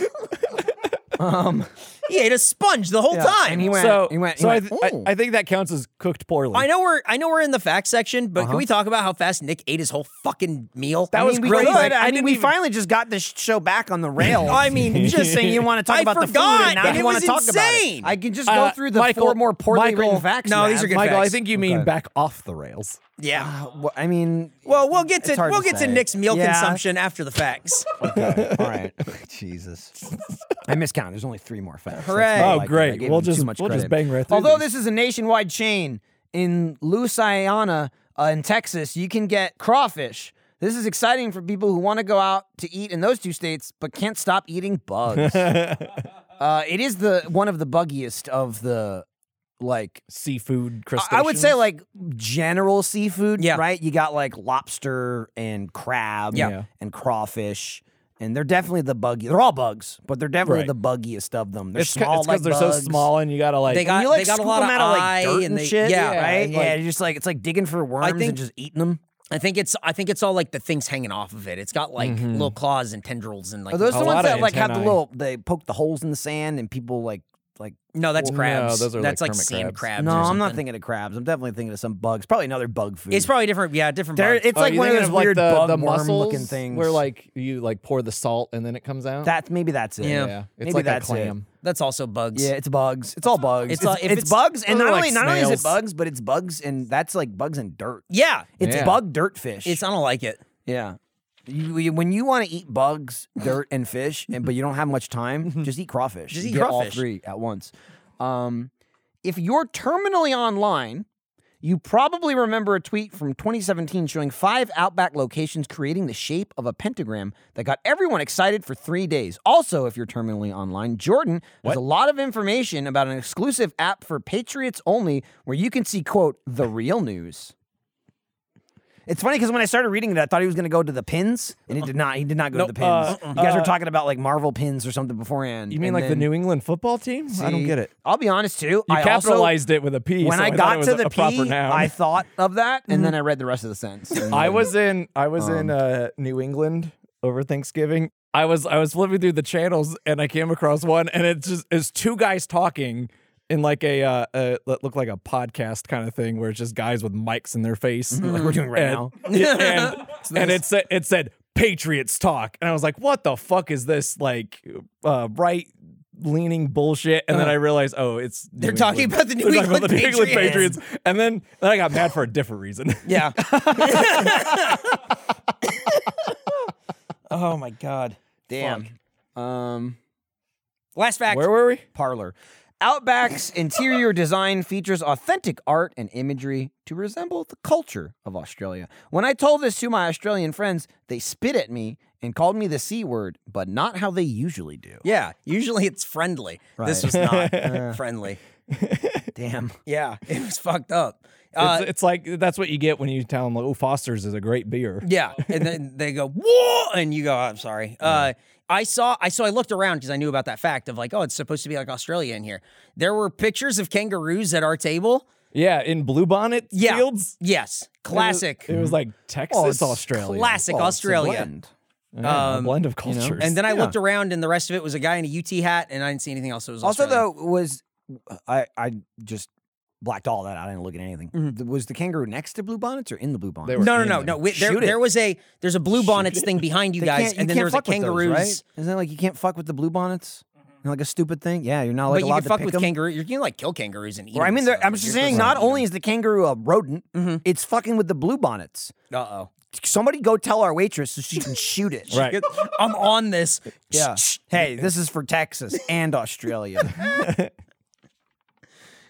S4: He ate a sponge the whole
S2: Yeah,
S4: time.
S2: and he went-
S3: so
S2: went- he
S3: so I,
S2: went,
S3: th- I-
S2: "Ooh."
S3: I think that counts as cooked poorly.
S4: I know we're I know we're in the fact section, but
S2: Uh-huh.
S4: can we talk about how fast Nick ate his whole fucking meal?
S3: That
S2: I
S3: was
S2: mean, we
S3: great.
S2: could.
S3: Like, I
S2: I, mean,
S3: didn't
S2: we
S3: even-
S2: finally just got this show back on the rails.
S4: I mean,
S2: You're just saying you want to talk
S4: I
S2: about the food,
S4: forgot,
S2: and now
S4: and it
S2: you want
S4: was
S2: to talk
S4: insane.
S2: about it. I can just go
S3: Uh,
S2: through the
S3: Michael-
S2: four more poorly
S3: Michael-
S2: written facts.
S4: No, these
S2: Matt.
S4: are good
S3: Michael, I
S4: facts.
S3: think you mean back off the rails.
S4: yeah.
S2: Uh, well, I mean,
S4: Well, we'll get to
S2: it's hard
S4: we'll
S2: to
S4: get to
S2: say.
S4: Nick's meal
S2: Yeah.
S4: consumption after the facts.
S2: Okay. All right, Jesus. I miscounted. There's only three more facts. That's
S4: Hooray.
S2: why I
S3: Oh,
S2: liked it. I
S3: great.
S2: gave
S3: We'll
S2: him too
S3: just-
S2: much
S3: we'll just
S2: credit.
S3: bang right through
S2: Although
S3: these.
S2: this is a nationwide chain in Louisiana, uh, in Texas, you can get crawfish. This is exciting for people who want to go out to eat in those two states but can't stop eating bugs. uh, it is the one of the buggiest of the like
S3: Seafood
S2: I-
S3: crustaceans.
S2: I would say like general seafood,
S4: Yeah.
S2: right? You got like lobster and crab
S4: Yeah.
S3: Yeah.
S2: and crawfish. And they're definitely the buggy. They're all bugs, but they're definitely
S3: Right.
S2: the buggiest of them. They're
S3: it's
S2: small
S3: because
S2: like
S3: they're so
S2: bugs.
S3: small and you gotta like
S4: They got-
S2: And you like
S4: a
S2: scoop
S4: lot
S2: them
S4: of
S2: out of
S4: eye
S2: like dirt
S4: and
S2: and,
S4: they-
S2: shit,
S4: yeah,
S2: right?
S3: and,
S2: yeah,
S3: like-
S2: you're just like it's like digging for worms
S4: think-
S2: and just eating them.
S4: I think it's I think it's all like the things hanging off of it. It's got like little claws and tendrils and like
S2: Mm-hmm. Are those
S3: a
S2: the
S3: lot
S2: ones
S3: of
S2: that like have the
S3: antennae.
S2: little they poke the holes in the sand and people like like?
S4: no, that's
S3: Well, no,
S4: crabs.
S3: those are, like,
S4: that's like,
S3: hermit
S4: sand
S3: crabs.
S4: crabs.
S2: no,
S4: or
S2: I'm not
S4: something.
S2: thinking of crabs. I'm definitely thinking of some bugs. Probably another bug food.
S4: It's probably different. Yeah, different.
S2: There-
S4: bugs.
S2: it's
S3: Oh,
S2: like
S3: you
S2: one of
S3: thinking
S2: those weird
S3: the,
S2: bug
S3: the
S2: worm looking
S3: mussels
S2: things.
S3: Where like you like pour the salt and then it comes out.
S2: That's maybe that's it.
S4: Yeah.
S3: yeah. It's
S2: Maybe
S3: like
S2: that's
S3: a
S2: it.
S3: clam.
S4: that's also bugs.
S2: Yeah, it's bugs. It's all bugs.
S4: It's
S2: It's,
S4: all-
S2: it's,
S4: if it's-
S2: bugs, and
S3: those
S2: not
S3: are like
S2: only not only is it
S3: snails.
S2: bugs, but it's bugs, and that's like bugs and dirt.
S4: yeah.
S2: It's
S3: Yeah.
S2: bug dirt fish.
S4: It's I don't like it.
S2: yeah. You, you- when you want to eat bugs, dirt, and fish, and but you don't have much time, just eat crawfish.
S4: Just
S2: You
S4: eat
S2: get all
S4: crawfish.
S2: three at once. Um, if you're terminally online, you probably remember a tweet from 2017 showing five Outback locations creating the shape of a pentagram that got everyone excited for three days. Also, if you're terminally online, Jordan has a lot of information about an exclusive app for Patriots only where you can see, quote, the real news. It's funny because when I started reading it, I thought he was going to go to the pins, and he did not. He did not go to the pins.
S3: uh,
S2: you guys
S3: uh,
S2: were talking about like Marvel pins or something beforehand.
S3: You mean
S2: and
S3: like the
S2: then-
S3: New England football team? I don't get it.
S2: I'll be honest too.
S3: You
S2: I also,
S3: capitalized it with a P.
S2: when
S3: so
S2: I
S3: thought it
S2: got
S3: was
S2: to
S3: a-
S2: the
S3: a proper
S2: P,
S3: noun. Mm-hmm.
S2: I thought of that, and then I read the rest of the sentence. and
S3: I
S2: then-
S3: was in I was in uh, New England over Thanksgiving. I was I was flipping through the channels and I came across one and it's just it's two guys talking in like a uh, uh that looked like a podcast kind of thing where it's just guys with mics in their face like
S2: we're doing right
S3: and,
S2: now.
S3: and, and it said it said Patriots talk and I was like what the fuck is this like uh, right leaning bullshit and then I realized oh it's New
S4: They're talking
S3: England.
S4: about the New
S3: They're talking about
S4: England
S3: the New England
S4: Patriots.
S3: Patriots and then then I got mad for a different reason.
S4: Yeah. oh my god.
S2: damn. Um,
S4: Last fact.
S3: Where were we?
S2: parlor. Outback's interior design features authentic art and imagery to resemble the culture of Australia. When I told this to my Australian friends, they spit at me and called me the C word, but not how they usually do.
S4: yeah. Usually it's friendly. This was not friendly.
S2: Damn.
S4: Yeah. It was fucked up. Uh,
S3: It's, it's like that's what you get when you tell them, like, "Oh, Foster's is a great beer."
S4: Yeah, and then they go whoa, and you go, "Oh, I'm sorry. Uh, I saw, I so I looked around because I knew about that fact of like, oh, it's supposed to be like Australia in here. There were pictures of kangaroos at our table.
S3: Yeah, in Bluebonnet
S4: Yeah,
S3: Fields,
S4: yes, classic, Oh,
S3: It was, like Texas, Australia,
S4: classic
S2: Oh, it's a
S4: Australia.
S2: blend.
S3: Yeah, a blend of cultures.
S4: um, And then I looked around, and the rest of it was a guy in a UT hat, and I didn't see anything else. That was
S2: Also,
S4: Australian.
S2: though, was uh, I I just blacked all that out. I didn't look at anything. Was the kangaroo next to blue bonnets or in the blue bonnet?
S3: They were
S4: No, no,
S3: in
S4: no,
S3: there.
S4: no. We, there,
S2: Shoot it.
S4: there was a there's a blue bonnets thing behind you
S2: They
S4: guys,
S2: can't-
S4: and
S2: you
S4: then
S2: can't
S4: there was a
S2: fuck with those,
S4: kangaroos.
S2: right? Isn't it like you can't fuck with the blue bonnets? Isn't it like a stupid thing? Yeah, you're not like
S4: But you
S2: allowed
S4: can
S2: to
S4: fuck
S2: pick
S4: with
S2: them.
S4: kangaroos. You can like kill kangaroos and eat.
S2: Or, I mean, they're- I'm just saying, not only is the kangaroo a rodent, it's fucking with the blue bonnets.
S4: Uh oh.
S2: Somebody go tell our waitress so she can shoot it.
S3: right?
S4: I'm on this.
S2: Yeah. hey, this is for Texas and Australia.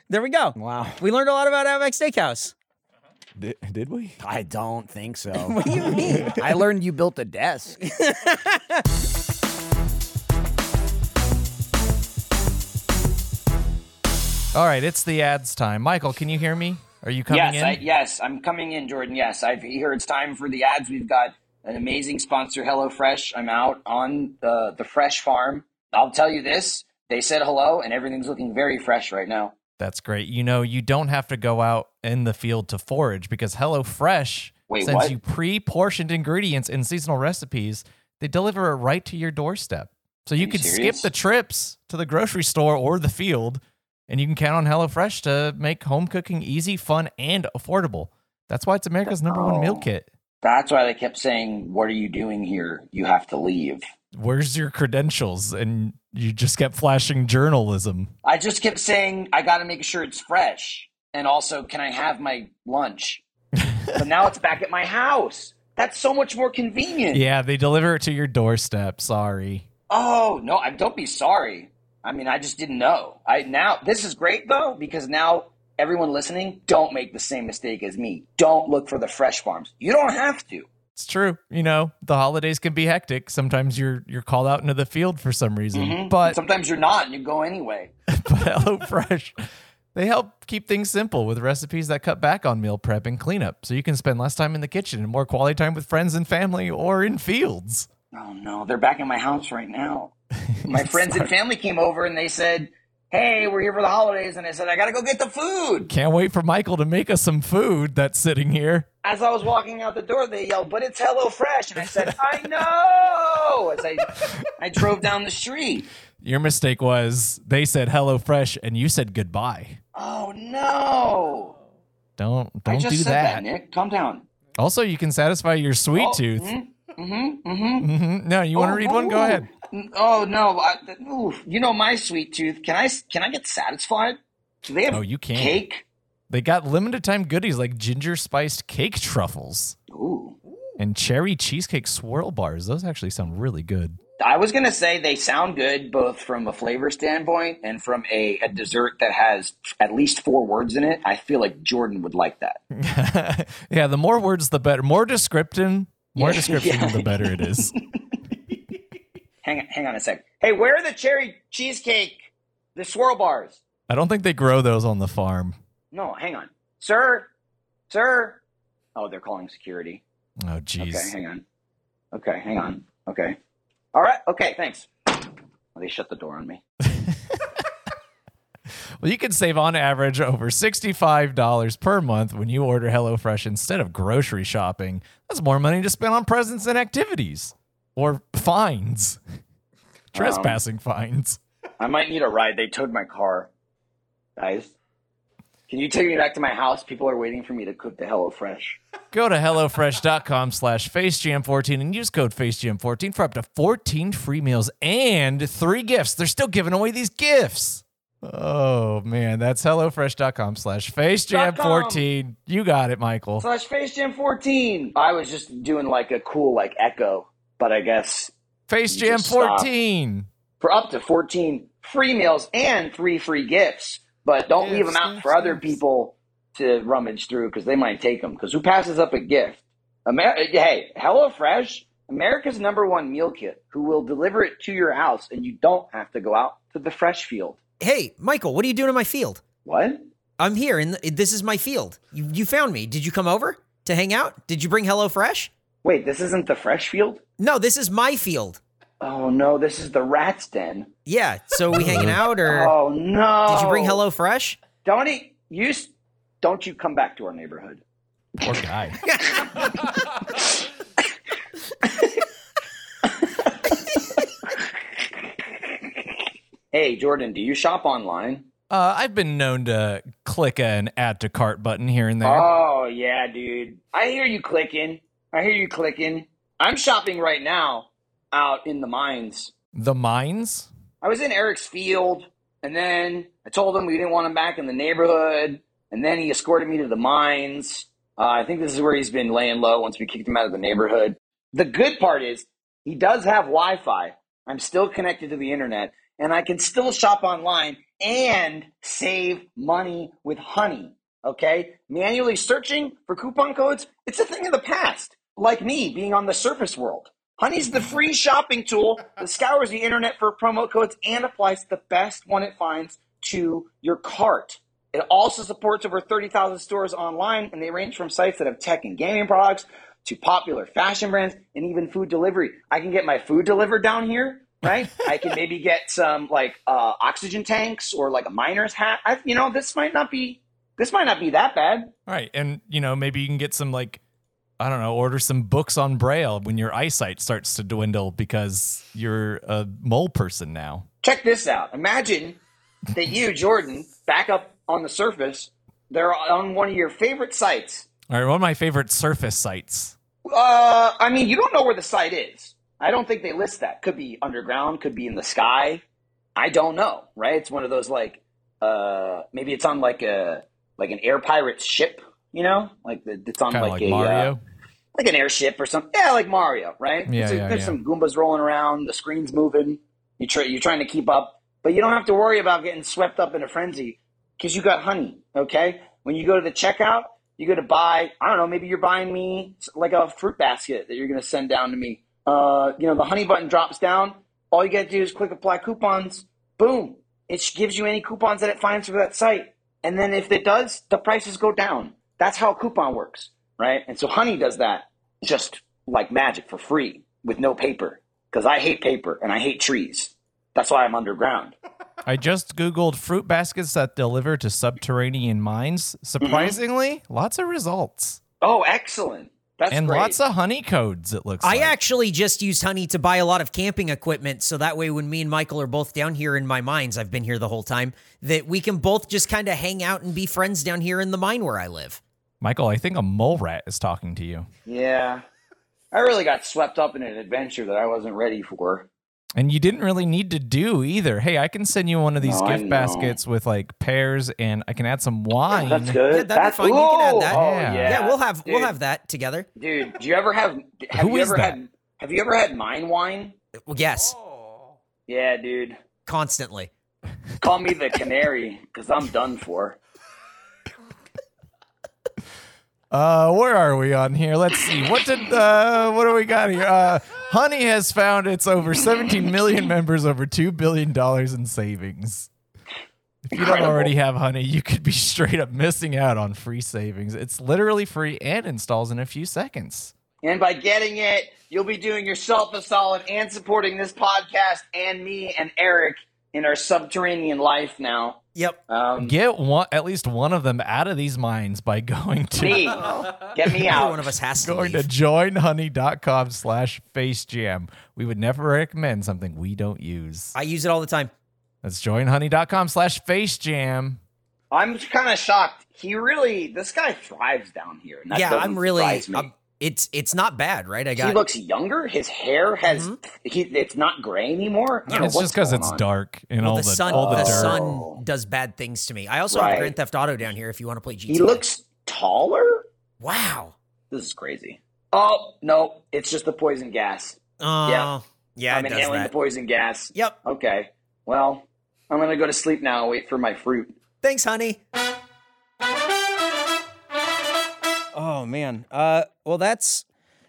S4: There we go.
S2: wow.
S4: We learned a lot about Outback Steakhouse.
S3: did, did we?
S2: I don't think so. what do you mean? I learned you built a desk.
S5: All right, it's the ads time. Michael, can you hear me? Are you coming
S6: yes,
S5: in?
S6: I, yes, I'm coming in, Jordan. Yes, I've here. It's time for the ads. We've got an amazing sponsor, HelloFresh. I'm out on the the fresh farm. I'll tell you this: they said hello, and everything's looking very fresh right now.
S5: That's great. You know, you don't have to go out in the field to forage because HelloFresh
S6: Wait,
S5: sends
S6: what?
S5: you pre-portioned ingredients and seasonal recipes. They deliver it right to your doorstep. So you
S6: you
S5: can skip
S6: serious?
S5: the trips to the grocery store or the field, and you can count on HelloFresh to make home cooking easy, fun, and affordable. That's why it's America's number one meal
S6: Oh.
S5: kit.
S6: That's why they kept saying, "What are you doing here? You have to leave."
S5: Where's your credentials? And you just kept flashing journalism.
S6: I just kept saying, "I got to make sure it's fresh," and also, "Can I have my lunch?" but now it's back at my house. That's so much more convenient.
S5: Yeah, they deliver it to your doorstep. Sorry.
S6: Oh no! I don't be sorry. I mean, I just didn't know. I now this is great though because now everyone listening don't make the same mistake as me. Don't look for the fresh farms. You don't have to.
S3: It's true. You know, the holidays can be hectic. Sometimes you're you're called out into the field for some reason.
S6: Mm-hmm.
S3: But
S6: Sometimes you're not, and you go anyway.
S3: but HelloFresh, they help keep things simple with recipes that cut back on meal prep and cleanup, so you can spend less time in the kitchen and more quality time with friends and family or in fields.
S6: Oh no, they're back in my house right now. My friends and family came over and they said, "Hey, we're here for the holidays," and I said, "I gotta go get the food."
S3: Can't wait for Michael to make us some food that's sitting here.
S6: As I was walking out the door, they yelled, "But it's Hello Fresh!" and I said, "I know." As I, I drove down the street.
S3: Your mistake was they said HelloFresh and you said goodbye.
S6: Oh no!
S3: Don't don't
S6: I just
S3: do
S6: said that.
S3: that.
S6: Nick. Oh, Calm down.
S3: Also, you can satisfy your sweet tooth.
S6: mm-hmm.
S3: Mhm, No, you want to read one? Go
S6: ooh.
S3: ahead.
S6: N- Oh no! I, th- ooh, you know my sweet tooth. Can I? s- Can I get satisfied? Do they have
S3: Oh, you can.
S6: cake?
S3: They got limited time goodies like ginger spiced cake truffles
S6: Ooh.
S3: and cherry cheesecake swirl bars. Those actually sound really good.
S6: I was gonna say they sound good both from a flavor standpoint and from a, a dessert that has at least four words in it. I feel like Jordan would like that.
S3: yeah, the more words, the better. More description, more description, the better it is.
S6: Hang on, hang on a sec. Hey, where are the cherry cheesecake? The swirl bars?
S3: I don't think they grow those on the farm.
S6: No, hang on, sir, sir. Oh, they're calling security.
S3: Oh, jeez.
S6: Okay, hang on. Okay, hang on. Okay. All right. Okay, thanks. Well, they shut the door on me.
S3: Well, you can save on average over $65 per month when you order HelloFresh instead of grocery shopping. That's more money to spend on presents and activities or fines, trespassing fines.
S6: I might need a ride. They towed my car. Guys, can you take me back to my house? People are waiting for me to cook the HelloFresh.
S3: Go to HelloFresh.com slash FaceJam14 and use code FaceJam14 for up to 14 free meals and three gifts. They're still giving away these gifts. Oh, man. That's HelloFresh.com slash FaceJam14. You got it, Michael.
S6: Slash Face Jam 14. I was just doing like a cool like echo, but I guess just stop.
S3: FaceJam14.
S6: for up to 14 free meals and three free gifts. But don't leave them out for other people to rummage through because they might take them. Because who passes up a gift? Amer- hey, HelloFresh, America's number one meal kit, who will deliver it to your house and you don't have to go out to the fresh field.
S4: Hey, Michael, what are you doing in my field?
S6: What?
S4: I'm here, and this is my field. You, you found me. Did you come over to hang out? Did you bring HelloFresh?
S6: Wait, this isn't the fresh field?
S4: No, this is my field.
S6: Oh no, this is the rat's den.
S4: Yeah, so we hanging out, or
S6: Oh no.
S4: Uh, did you bring HelloFresh?
S6: Donnie, you s- don't you come back to our neighborhood.
S3: Poor guy.
S6: Hey Jordan, do you shop online?
S3: Uh, I've been known to click an add to cart button here and there.
S6: Oh yeah, dude. I hear you clicking. I hear you clicking. I'm shopping right now out in the mines.
S3: the mines?
S6: I was in Eric's field, and then I told him we didn't want him back in the neighborhood, and then he escorted me to the mines. Uh, I think this is where he's been laying low once we kicked him out of the neighborhood. The good part is he does have Wi Fi. I'm still connected to the internet, and I can still shop online and save money with honey. Okay? Manually searching for coupon codes, it's a thing of the past, like me being on the surface world. Honey's the free shopping tool that scours the internet for promo codes and applies the best one it finds to your cart. It also supports over 30,000 stores online, and they range from sites that have tech and gaming products to popular fashion brands and even food delivery. I can get my food delivered down here, right? I can maybe get some like uh, oxygen tanks or like a miner's hat. I, you know, this might not be this might not be that bad.
S3: All right. And, you know, maybe you can get some, like, I don't know, order some books on Braille when your eyesight starts to dwindle because you're a mole person now.
S6: check this out. Imagine that you, Jordan, back up on the surface, they're on one of your favorite sites.
S3: All right. One of my favorite surface sites.
S6: Uh, I mean, you don't know where the site is. I don't think they list that. Could be underground, could be in the sky. I don't know, right? It's one of those like, uh, maybe it's on like a like an air pirate ship, you know, like the, it's on
S3: Kind of
S6: like,
S3: like,
S6: a uh,
S3: Mario.
S6: like an airship or something. Yeah, like Mario, right?
S5: Yeah,
S6: There's, a-
S5: yeah,
S6: there's
S5: yeah.
S6: some Goombas rolling around, the screen's moving. You try, you're trying to keep up, but you don't have to worry about getting swept up in a frenzy because you got honey. Okay, when you go to the checkout, you go to buy. I don't know, maybe you're buying me s- like a fruit basket that you're going to send down to me. Uh, you know, the honey button drops down. All you got to do is click apply coupons. Boom! It sh- gives you any coupons that it finds for that site, and then if it does, the prices go down. That's how a coupon works, right? And so honey does that just like magic for free with no paper because I hate paper and I hate trees. That's why I'm underground.
S5: I just Googled fruit baskets that deliver to subterranean mines. Surprisingly, lots of results.
S6: Oh, excellent. That's
S5: and
S6: great.
S5: lots of honey codes, it looks
S4: I
S5: like.
S4: actually just used honey to buy a lot of camping equipment, so that way when me and Michael are both down here in my mines, I've been here the whole time, that we can both just kind of hang out and be friends down here in the mine where I live.
S5: Michael, I think a mole rat is talking to you.
S6: yeah. I really got swept up in an adventure that I wasn't ready for.
S5: And you didn't really need to do either. Hey, I can send you one of these
S6: No, I
S5: gift
S6: know.
S5: baskets with like pears and I can add some wine.
S6: That's good.
S4: Mm-hmm. Yeah, that'd be
S6: That's
S4: fine. You can add
S6: Ooh,
S4: that.
S6: Oh,
S5: Yeah.
S6: yeah.
S4: Yeah, we'll have we'll
S6: Dude.
S4: have that together.
S6: Dude, do you ever have? Have
S5: Who
S6: you
S5: is
S6: ever
S5: that?
S6: had? Have you ever had mine wine?
S4: Well, yes,
S6: Yeah, dude.
S4: constantly.
S6: Call me the canary because I'm done for.
S5: Uh, where are we on here? Let's see. What did uh, what do we got here? Uh, Honey has found it's over 17 million members, over two billion dollars in savings. If you don't
S6: Incredible.
S5: already have Honey, you could be straight up missing out on free savings. It's literally free and installs in a few seconds.
S6: And by getting it, you'll be doing yourself a solid and supporting this podcast and me and Eric in our subterranean life now.
S4: Yep.
S6: Um,
S5: Get one, at least one of them out of these mines by going to
S6: me. Get me
S4: Either one
S6: out.
S4: of us has to
S5: going to
S4: leave.
S5: joinhoney.com slash facejam. We would never recommend something we don't use.
S4: I use it all the time.
S5: That's joinhoney.com slash facejam.
S6: I'm kind of shocked. He really, this guy thrives down here. and that
S4: yeah,
S6: doesn't
S4: I'm really.
S6: surprise me.
S4: I'm- it's it's not bad, right? I got
S6: he looks younger. His hair has,
S4: Mm-hmm.
S6: he, it's not gray anymore. I don't know
S5: It's
S6: what's
S5: just because
S6: going
S5: it's
S6: on.
S5: dark and
S4: well,
S5: all
S4: the,
S5: the,
S4: sun.
S5: all the,
S4: the
S5: dirt.
S4: sun does bad things to me. I also have
S6: Oh. Right.
S4: Grand Theft Auto down here. If you want to play GTA,
S6: He looks taller?
S4: wow.
S6: This is crazy. Oh, no, it's just the poison gas.
S4: Uh, yeah,
S6: Yeah.
S4: yeah,
S6: I'm
S4: it does
S6: inhaling the
S4: that.
S6: poison gas.
S4: Yep.
S6: Okay. Well, I'm gonna go to sleep now and wait for my fruit.
S4: Thanks, honey. Oh man. Uh, well, that's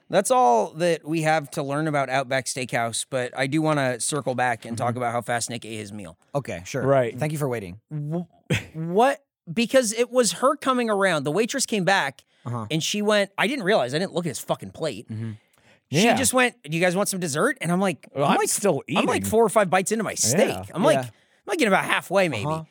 S4: that's all that we have to learn about Outback Steakhouse. But I do want to circle back and talk about how fast Nick ate his meal.
S2: Okay, sure.
S3: Right.
S2: Thank you for waiting.
S4: What? Because it was her coming around. The waitress came back
S2: Uh-huh. Mm-hmm.
S4: and she went. I didn't realize. I didn't look at his fucking plate.
S3: Yeah.
S4: She just went. Do you guys want some dessert? And I'm like,
S3: Well,
S4: I'm,
S3: I'm
S4: like
S3: still
S4: I'm like
S3: eating.
S4: four or five bites into my steak.
S3: Yeah.
S4: I'm like,
S2: Yeah.
S4: I'm like getting about halfway maybe.
S2: Uh-huh.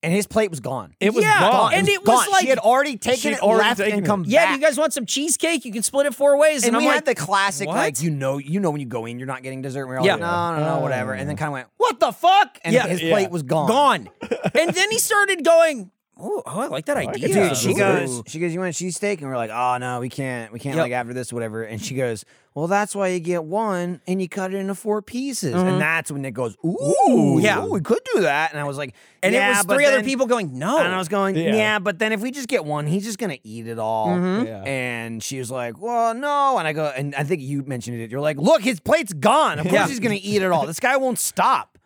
S2: And his plate was gone.
S3: It was
S4: Yeah,
S3: gone.
S4: and
S2: was
S4: it was
S2: gone.
S4: like-
S2: she had already
S3: She'd
S2: taken it,
S3: already
S2: left,
S3: taken
S2: and
S3: it.
S2: come
S4: Yeah,
S2: back.
S4: do you guys want some cheesecake? You can split it four ways. And,
S2: and
S4: I'm
S2: we
S4: like,
S2: had the classic,
S4: "What?"
S2: like you know, you know when you go in, you're not getting dessert. And we're all
S4: Yeah. Oh.
S2: like, no, no, no, whatever. And then kind of went,
S4: what the fuck?
S2: and
S4: yeah,
S2: his
S3: yeah.
S2: plate was gone.
S4: gone. and then he started going, oh, oh I like that idea.
S2: Dude,
S3: Yeah.
S2: she
S3: Ooh.
S2: goes, she goes, you want a cheesesteak? And we're like, oh no, we can't, we can't
S4: Yep.
S2: like after this, whatever. And she goes, well, that's why you get one and you cut it into four pieces. And that's when Nick goes, ooh,
S4: Mm-hmm. Yeah.
S2: yeah, we could do that. And I was like,
S4: and
S2: yeah,
S4: it was
S2: but
S4: three other
S2: then-
S4: people going, no.
S2: And I was going,
S3: Yeah.
S2: Oh, yeah. Mm-hmm. but then if we just get one, he's just gonna eat it all.
S3: Yeah.
S2: And she was like, well, no. And I go, and I think you mentioned it. You're like, look, his plate's gone. Of course
S4: Yeah.
S2: he's gonna eat it all. This guy won't stop.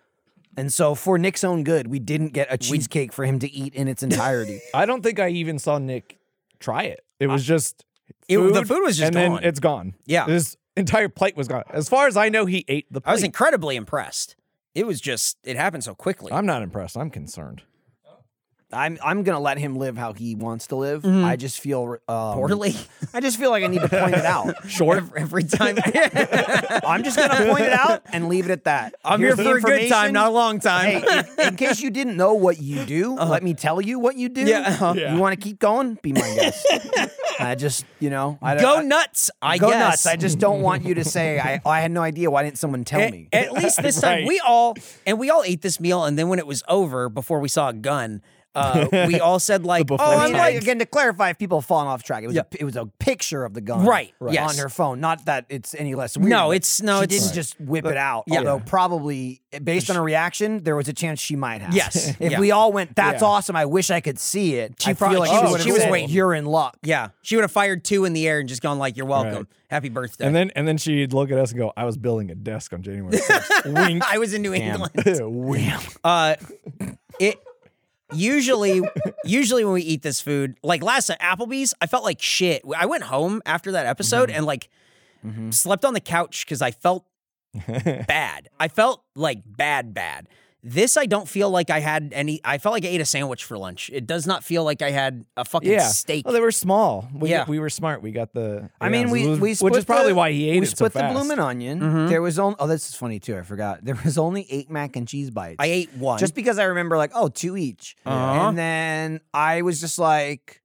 S2: And so, for Nick's own good, we didn't get a cheesecake for him to eat in its entirety.
S3: I don't think I even saw Nick try it. It was just
S4: It- the
S3: food,
S4: food was just
S3: and
S4: gone.
S3: then it's gone.
S4: Yeah.
S3: his entire plate was gone. As far as I know, he ate the plate.
S4: I was incredibly impressed. It was just, it happened so quickly.
S3: I'm not impressed. I'm concerned.
S2: I'm I'm gonna let him live how he wants to live. I just feel um,
S4: Poorly.
S2: Mm-hmm. I just feel like I need to point it out.
S3: Short.
S4: Every, every time.
S2: I'm just gonna point it out and leave it at that.
S4: I'm here
S2: Here's the
S4: for a good time,
S2: information.
S4: not a long time.
S2: Hey, if- in case you didn't know what you do, let me tell you what you do.
S4: Uh-huh. Yeah, uh-huh.
S3: Yeah.
S2: You want to keep going? Be my guest. I just, you know, I don't.
S4: Go
S2: I,
S4: nuts, I
S2: go
S4: guess.
S2: nuts. I just don't want you to say I, I had no idea. Why didn't someone tell
S4: A-
S2: me?
S4: At least this time
S3: Right.
S4: we all and we all ate this meal, and then when it was over, before we saw a gun, uh, we all said like,
S3: buffet.
S2: Oh,
S4: I
S2: I'm
S4: mean,
S2: like
S4: I-
S2: again to clarify if people have fallen off track. It was a, it was a picture of the gun,
S4: Right, Right. yes.
S2: on her phone. Not that it's any less weird.
S4: No,
S2: but
S4: it's- no,
S2: She
S4: it's-
S2: didn't just whip it out.
S4: Yeah.
S2: Although probably based on her reaction, there was a chance she might have.
S4: Yes,
S2: If
S4: yeah.
S2: we all went, that's
S3: Yeah.
S2: awesome. I wish I could see it.
S4: She
S2: I
S4: probably-
S2: feel like
S4: she
S2: she,
S4: was-
S2: would've
S4: she was
S2: said,
S4: waiting.
S2: You're in luck.
S4: yeah, she would have fired two in the air and just gone like, "You're welcome,
S3: Right.
S4: happy birthday."
S3: And then and then she'd look at us and go, "I was building a desk on January 1st. Wink.
S4: I was in New England.
S3: Wink.
S4: Uh, it usually usually when we eat this food, like last night, Applebee's, I felt like shit. I went home after that episode
S3: Mm-hmm.
S4: and like slept on the couch because I felt bad. I felt like bad, bad. This I don't feel like I had any. I felt like I ate a sandwich for lunch. It does not feel like I had a fucking
S3: Yeah.
S4: steak.
S3: Well, they were small. We,
S4: Yeah.
S3: we were smart. We got the.
S2: I
S3: yeah,
S2: mean, we,
S3: which-
S2: we split
S3: which is probably
S2: the-
S3: why he ate
S2: we
S3: it so
S2: split
S3: fast. Mm-hmm.
S2: the bloomin' onion. There was only oh, this is funny too. I forgot. There was only eight mac and cheese bites.
S4: I ate one.
S2: just because I remember like oh two each,
S4: Uh-huh.
S2: and then I was just like,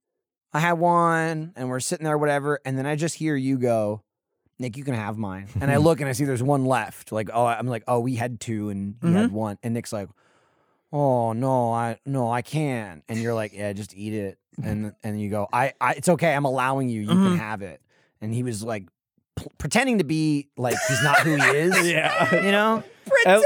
S2: I had one, and we're sitting there, whatever, and then I just hear you go, Nick, you can have mine, and I look and I see there's one left. Like oh, I'm like oh, we had two and you had one, and Nick's like, oh no, I no I can't, and you're like yeah, just eat it, and and you go I, I it's okay, I'm allowing you, you can have it, and he was like. p- Pretending to be like he's not who he is,
S3: Yeah.
S2: you know.
S3: At-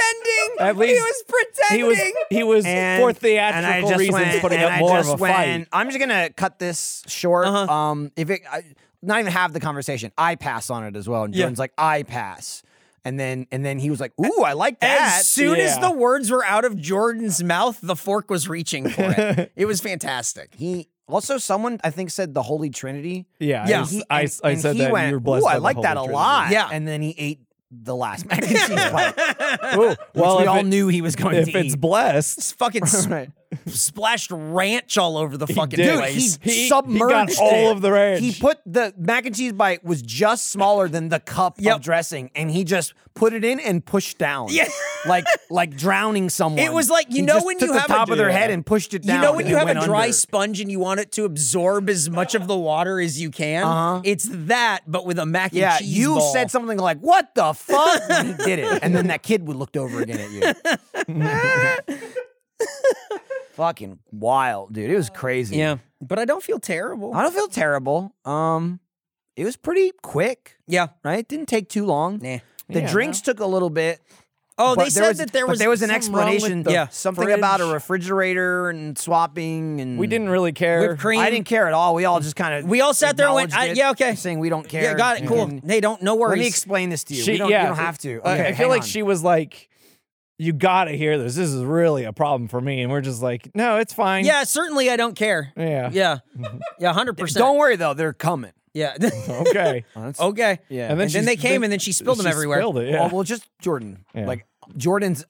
S3: at least
S4: pretending.
S3: he was he was for theatrical
S2: and I just
S3: reasons
S2: went-
S3: putting
S2: and
S3: up
S2: I
S3: more of
S2: just
S3: a
S2: went,
S3: fight.
S2: I'm just gonna cut this short.
S4: Uh-huh.
S2: Um, if it, I, not even have the conversation. I pass on it as well. And
S4: Yeah.
S2: Jordan's like, I pass. And then and then he was like, Ooh, I like that.
S4: As soon as
S3: yeah.
S4: the words were out of Jordan's mouth, the fork was reaching for it. it was fantastic.
S2: he also someone I think said the Holy Trinity.
S3: Yeah,
S4: Yeah.
S3: I,
S2: He-
S3: I,
S2: and-
S3: I
S2: and
S3: said
S2: he
S3: that
S2: went,
S3: you were blessed.
S2: Ooh,
S3: by
S2: I
S3: the
S2: like
S3: Holy
S2: that a
S3: Trinity."
S2: lot.
S4: Yeah.
S2: and then he ate the last mac and cheese bite,
S3: Ooh, well,
S2: which we
S3: if
S2: all
S3: it-
S2: knew he was going
S3: if
S2: to
S3: it's
S2: eat.
S3: blessed,
S4: It's fucking s-
S2: Right.
S4: splashed ranch all over the fucking
S3: did.
S2: Dude, he,
S4: place.
S3: He- he got
S2: submerged
S3: all
S2: it.
S3: of the ranch.
S2: He put the mac and cheese bite was just smaller than the cup
S4: Yep.
S2: of dressing, and he just put it in and pushed down.
S4: Yeah.
S2: like like drowning someone.
S4: It was like, you
S2: He
S4: know
S2: just
S4: when
S2: took
S4: you
S2: the
S4: have a-
S2: top of their
S3: Yeah.
S2: head and pushed it down.
S4: you know when
S2: and
S4: you
S2: it
S4: have a
S2: went
S4: dry
S2: under.
S4: sponge and you want it to absorb as much of the water as you can? It's that, but with a mac and
S2: Uh-huh. Yeah,
S4: cheese.
S2: you
S4: ball.
S2: said something like "What the fuck?" when he did it, and then that kid would looked over again at you. Fucking wild, dude! It was crazy.
S4: Yeah, but I don't feel terrible.
S2: I don't feel terrible. Um, it was pretty quick.
S4: yeah.
S2: right? It didn't take too long.
S4: Nah.
S2: The
S3: Yeah,
S2: drinks took a little bit.
S4: Oh,
S2: but
S4: they said that there
S2: but
S4: was
S2: there was an
S3: something wrong with
S2: explanation,
S3: the
S2: yeah, something
S3: fridge.
S2: about a refrigerator and swapping, and
S3: we didn't really care.
S4: whipped cream.
S2: I didn't care at all. We all just kind of
S4: We all sat there and went,
S2: acknowledged
S4: I- yeah,
S2: it,
S4: okay.
S2: saying we don't care.
S4: Yeah, got it.
S2: You
S4: Cool.
S2: can-
S4: Hey, don't no
S2: Let
S4: worries.
S2: me explain this to you.
S3: She-
S2: we don't,
S3: yeah,
S2: you don't have to.
S3: I-
S2: Okay,
S3: I, feel
S2: hang
S3: like
S2: on.
S3: she was like, "You gotta hear this. This is really a problem for me," and we're just like, "No, it's fine."
S4: Yeah, certainly I don't care.
S3: Yeah.
S4: Yeah. Yeah, 100%.
S2: Don't worry though, they're coming.
S4: Yeah.
S3: Okay.
S4: okay.
S2: Yeah.
S3: And
S4: And then,
S3: then she's-
S4: they came
S3: then
S4: and then she spilled them
S3: She
S4: everywhere.
S3: spilled it, yeah.
S2: Well, well, just Jordan.
S3: Yeah.
S2: Like Jordan's